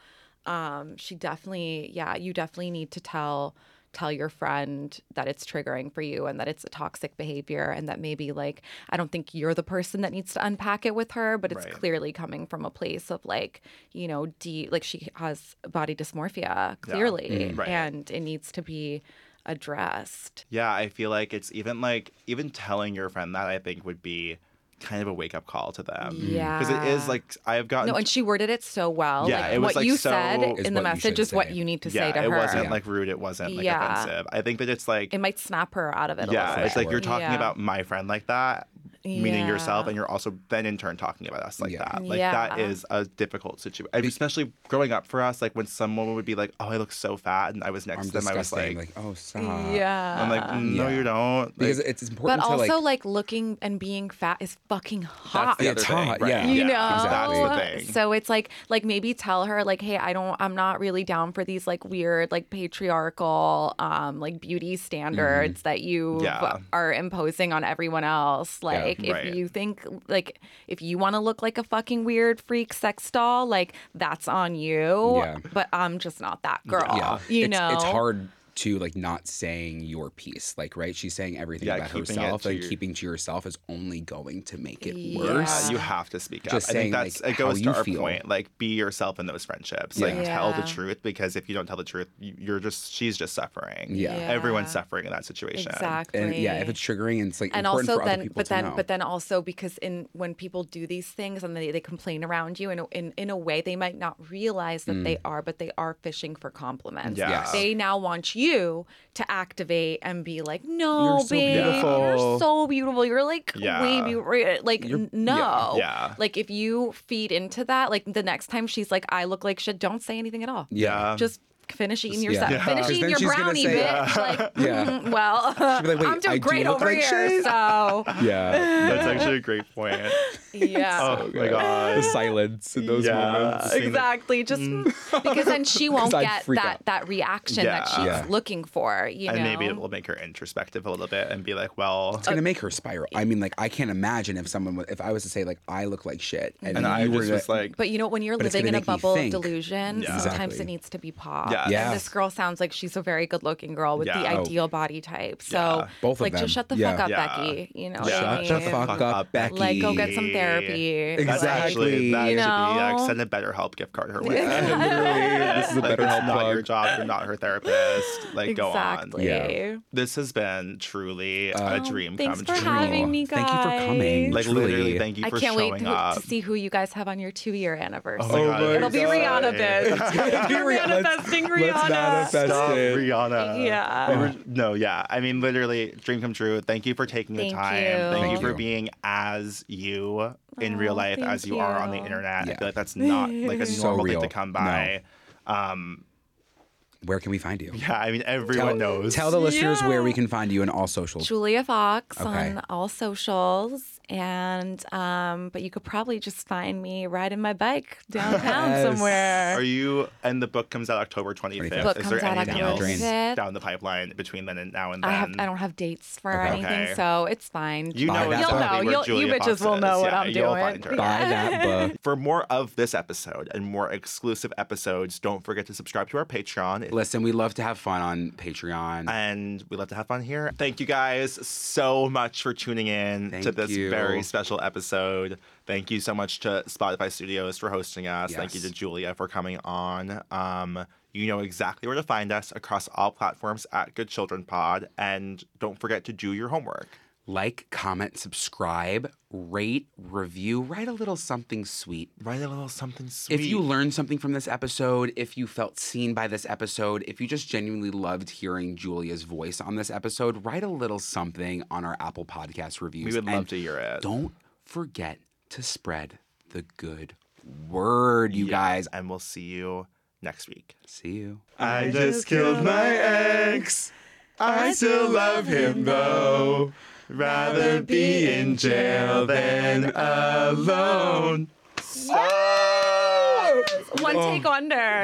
Speaker 4: um she definitely yeah you definitely need to tell tell your friend that it's triggering for you and that it's a toxic behavior and that maybe like i don't think you're the person that needs to unpack it with her but it's
Speaker 1: Right.
Speaker 4: clearly coming from a place of like you know d like she has body dysmorphia clearly
Speaker 1: Right.
Speaker 4: and it needs to be addressed
Speaker 1: Yeah, I feel like it's even like even telling your friend that I think would be kind of a wake up call to them. Because Um, it
Speaker 4: Yeah.
Speaker 1: is like I've gotten
Speaker 4: no and she worded it so well
Speaker 1: Yeah,
Speaker 4: like
Speaker 1: it was,
Speaker 4: what
Speaker 1: like,
Speaker 4: you
Speaker 1: so-
Speaker 4: said
Speaker 1: Is
Speaker 4: in the
Speaker 6: what you
Speaker 4: message
Speaker 6: should
Speaker 4: is what
Speaker 6: say.
Speaker 4: you need to
Speaker 1: yeah,
Speaker 4: say to
Speaker 1: it
Speaker 4: her
Speaker 1: wasn't
Speaker 6: Yeah.
Speaker 1: like rude, it wasn't like
Speaker 4: Yeah.
Speaker 1: offensive. I think that it's like
Speaker 4: it might snap her out of it a
Speaker 1: yeah,
Speaker 4: little
Speaker 1: it's
Speaker 4: bit.
Speaker 1: like you're talking
Speaker 4: Yeah.
Speaker 1: about my friend like that, meaning yourself,
Speaker 4: Yeah.
Speaker 1: and you're also then in turn talking about us like
Speaker 6: Yeah.
Speaker 1: that. Like that
Speaker 4: Yeah.
Speaker 1: is a difficult situation, especially growing up for us. Like when someone would be like, "Oh, I look so fat," and I was next
Speaker 6: I'm
Speaker 1: to them, I was
Speaker 6: disgusting.
Speaker 1: like,
Speaker 6: Like, oh, stop.
Speaker 4: yeah
Speaker 1: "I'm like, mm, no,
Speaker 6: Yeah.
Speaker 1: you don't." Like,
Speaker 6: Because it's important
Speaker 4: but
Speaker 6: to
Speaker 4: also like,
Speaker 6: like,
Speaker 4: looking and being fat is fucking hot
Speaker 1: that's the other
Speaker 6: It's
Speaker 1: thing,
Speaker 6: hot,
Speaker 1: right?
Speaker 6: yeah.
Speaker 4: you know
Speaker 1: exactly. That's the thing.
Speaker 4: so it's like like maybe tell her like hey i don't i'm not really down for these like weird like patriarchal um like beauty
Speaker 6: Mm-hmm.
Speaker 4: standards that you
Speaker 1: Yeah.
Speaker 4: are imposing on everyone else like if
Speaker 1: right.
Speaker 4: you think like if you want to look like a fucking weird freak sex doll like that's on you
Speaker 6: Yeah.
Speaker 4: but i'm just not that girl
Speaker 6: yeah,
Speaker 4: you
Speaker 6: it's,
Speaker 4: know
Speaker 6: it's hard to like not saying your piece. Like, right? She's saying everything
Speaker 1: Yeah,
Speaker 6: about
Speaker 1: keeping it
Speaker 6: herself,
Speaker 1: to
Speaker 6: and
Speaker 1: your-
Speaker 6: keeping to yourself is only going to make it
Speaker 4: Yeah.
Speaker 1: Yeah,
Speaker 6: worse.
Speaker 1: you have to speak up.
Speaker 6: Just
Speaker 1: I
Speaker 6: saying,
Speaker 1: think that's
Speaker 6: like,
Speaker 1: it
Speaker 6: how
Speaker 1: goes
Speaker 6: you
Speaker 1: to our
Speaker 6: feel.
Speaker 1: point. Like be yourself in those friendships. Like
Speaker 6: Yeah.
Speaker 1: tell the
Speaker 4: Yeah.
Speaker 1: truth because if you don't tell the truth, you- you're just she's just suffering.
Speaker 6: Yeah.
Speaker 1: Everyone's
Speaker 4: Yeah.
Speaker 1: suffering in that situation.
Speaker 4: exactly
Speaker 6: And yeah, if it's triggering, and it's like
Speaker 4: and
Speaker 6: important
Speaker 4: also
Speaker 6: for other
Speaker 4: then
Speaker 6: people
Speaker 4: but
Speaker 6: to
Speaker 4: then
Speaker 6: know.
Speaker 4: but then also because in when people do these things and they, they complain around you and in, in a way they might not realize that they
Speaker 6: Mm.
Speaker 4: are but they are fishing for compliments
Speaker 1: Yeah. Yes.
Speaker 4: they now want you to activate and be like no
Speaker 6: You're so
Speaker 4: babe
Speaker 1: beautiful."
Speaker 4: you're so beautiful you're like
Speaker 1: Yeah.
Speaker 4: way beautiful like n- no
Speaker 1: Yeah.
Speaker 4: like if you feed into that like the next time she's like i look like shit don't say anything at all
Speaker 1: Yeah.
Speaker 4: just finish eating your
Speaker 6: Yeah.
Speaker 4: sa-
Speaker 6: Yeah.
Speaker 4: finish
Speaker 6: 'Cause
Speaker 4: eating
Speaker 6: then
Speaker 4: your
Speaker 6: she's gonna
Speaker 4: brownie
Speaker 6: say, uh,
Speaker 4: bitch like
Speaker 6: Yeah.
Speaker 4: "Mhm, well
Speaker 6: be like, "Wait,
Speaker 4: i'm doing
Speaker 6: I do
Speaker 4: great
Speaker 6: look
Speaker 4: over
Speaker 6: like
Speaker 4: here
Speaker 6: shit."
Speaker 4: so
Speaker 6: yeah,
Speaker 1: That's actually a great point.
Speaker 4: yeah
Speaker 1: Oh my god.
Speaker 6: the silence in those
Speaker 1: Yeah.
Speaker 6: moments.
Speaker 4: exactly just because then she won't
Speaker 6: Mm. 'Cause I'd
Speaker 4: get
Speaker 6: freak
Speaker 4: that
Speaker 6: out.
Speaker 4: that reaction
Speaker 1: Yeah.
Speaker 4: that she's
Speaker 6: Yeah.
Speaker 4: looking for you
Speaker 1: And
Speaker 4: know
Speaker 1: maybe it will make her introspective a little bit and be like, well,
Speaker 6: It's gonna make her spiral. I mean, like, I can't imagine if someone, wa- if I was to say like, I look like shit, and,
Speaker 1: and I
Speaker 6: you were
Speaker 1: was just
Speaker 6: to-
Speaker 1: like,
Speaker 4: but you know when you're
Speaker 6: But it's
Speaker 4: living in
Speaker 6: gonna
Speaker 4: a
Speaker 6: make you
Speaker 4: bubble of
Speaker 6: think.
Speaker 4: delusion
Speaker 1: Yeah.
Speaker 4: sometimes
Speaker 6: Exactly.
Speaker 4: it needs to be popped
Speaker 1: Yeah.
Speaker 6: Yeah.
Speaker 4: and this girl sounds like she's a very good looking girl with the
Speaker 1: Yeah. Oh.
Speaker 4: ideal body type so
Speaker 1: Yeah.
Speaker 6: Both of
Speaker 4: like
Speaker 6: them.
Speaker 4: just shut the
Speaker 6: Yeah.
Speaker 4: fuck up
Speaker 1: Yeah.
Speaker 4: becky you know what
Speaker 1: Yeah.
Speaker 4: I
Speaker 6: shut the
Speaker 4: mean?
Speaker 6: fuck up, Becky.
Speaker 4: like go get some therapy
Speaker 1: that's actually
Speaker 6: Exactly.
Speaker 1: that
Speaker 4: You
Speaker 1: should be
Speaker 4: know?
Speaker 1: like send a better help gift card her way.
Speaker 6: Literally, this is a
Speaker 1: Like,
Speaker 6: better
Speaker 1: it's
Speaker 6: help
Speaker 1: not
Speaker 6: plug.
Speaker 1: your job. You're not her therapist. Like go on.
Speaker 4: exactly
Speaker 6: Yeah.
Speaker 1: This has been truly
Speaker 6: Um,
Speaker 1: a dream
Speaker 4: thanks
Speaker 1: come
Speaker 4: for
Speaker 1: true.
Speaker 4: having me guys
Speaker 6: Thank you for coming.
Speaker 1: Like
Speaker 6: Truly.
Speaker 1: literally, thank you
Speaker 4: I
Speaker 1: for
Speaker 4: can't
Speaker 1: showing
Speaker 4: wait to,
Speaker 1: up.
Speaker 4: to see who you guys have on your two year anniversary.
Speaker 1: Oh
Speaker 6: my
Speaker 4: It'll be
Speaker 6: God.
Speaker 4: Rihanna biz. You're
Speaker 6: Rihanna. Let's-
Speaker 4: manifesting
Speaker 6: Let's
Speaker 4: Rihanna.
Speaker 6: manifest
Speaker 1: Stop,
Speaker 6: it.
Speaker 1: Rihanna.
Speaker 4: Yeah.
Speaker 1: We were- no, yeah. I mean, literally, dream come true. Thank you for taking the
Speaker 4: Thank
Speaker 1: time.
Speaker 4: you.
Speaker 1: Thank you
Speaker 6: Thank
Speaker 1: for
Speaker 6: you.
Speaker 1: being as you in
Speaker 4: Aw,
Speaker 1: real life as
Speaker 4: Oh, thank
Speaker 1: you are on the
Speaker 4: you.
Speaker 1: internet. I
Speaker 6: Yeah.
Speaker 1: feel like that's not like a
Speaker 6: So
Speaker 1: normal
Speaker 6: real.
Speaker 1: thing to come by. Um,
Speaker 6: Where can we find you?
Speaker 1: yeah, I mean, everyone knows.
Speaker 6: Tell the listeners where we can find you in all socials.
Speaker 4: Julia Fox
Speaker 6: Okay.
Speaker 4: on all socials. And um, but you could probably just find me riding my bike downtown
Speaker 6: Yes.
Speaker 4: somewhere.
Speaker 1: Are you? And the book comes out October 25th.
Speaker 4: Book
Speaker 1: Is there
Speaker 4: comes out
Speaker 1: anything
Speaker 6: October
Speaker 1: else
Speaker 4: 25th.
Speaker 1: down the pipeline between then and now and then?
Speaker 4: I have I don't have dates for
Speaker 6: Okay.
Speaker 4: anything,
Speaker 1: Okay.
Speaker 4: so it's fine.
Speaker 1: You know
Speaker 6: Buy
Speaker 4: you'll
Speaker 6: that book.
Speaker 4: know.
Speaker 1: exactly where
Speaker 4: You'll, you
Speaker 1: Julia
Speaker 4: bitches
Speaker 1: Fox
Speaker 4: will
Speaker 1: is.
Speaker 4: know what
Speaker 1: Yeah,
Speaker 4: I'm
Speaker 1: you'll
Speaker 4: doing.
Speaker 1: find her.
Speaker 6: Buy that book.
Speaker 1: For more of this episode and more exclusive episodes, don't forget to subscribe to our Patreon. It's
Speaker 6: Listen, we love to have fun on Patreon.
Speaker 1: and we love to have fun here. Thank you guys so much for tuning in to
Speaker 6: Thank
Speaker 1: this
Speaker 6: you.
Speaker 1: very special episode. Thank you so much to Spotify Studios for hosting us. Thank you to
Speaker 2: Yes.
Speaker 1: Julia for coming on. Um, you know exactly where to find us across all platforms at Good Children Pod. And don't forget to do your homework.
Speaker 2: Like, comment, subscribe, rate, review, write a little something sweet.
Speaker 1: Write a little something sweet.
Speaker 2: If you learned something from this episode, if you felt seen by this episode, if you just genuinely loved hearing Julia's voice on this episode, write a little something on our Apple Podcast reviews.
Speaker 1: we would love
Speaker 2: And
Speaker 1: to hear it.
Speaker 2: Don't forget to spread the good word, you guys.
Speaker 1: And we'll see you next week.
Speaker 2: See you.
Speaker 1: I just killed my ex. I still love him though. Rather be in jail than alone.
Speaker 6: Oh.
Speaker 4: One take under.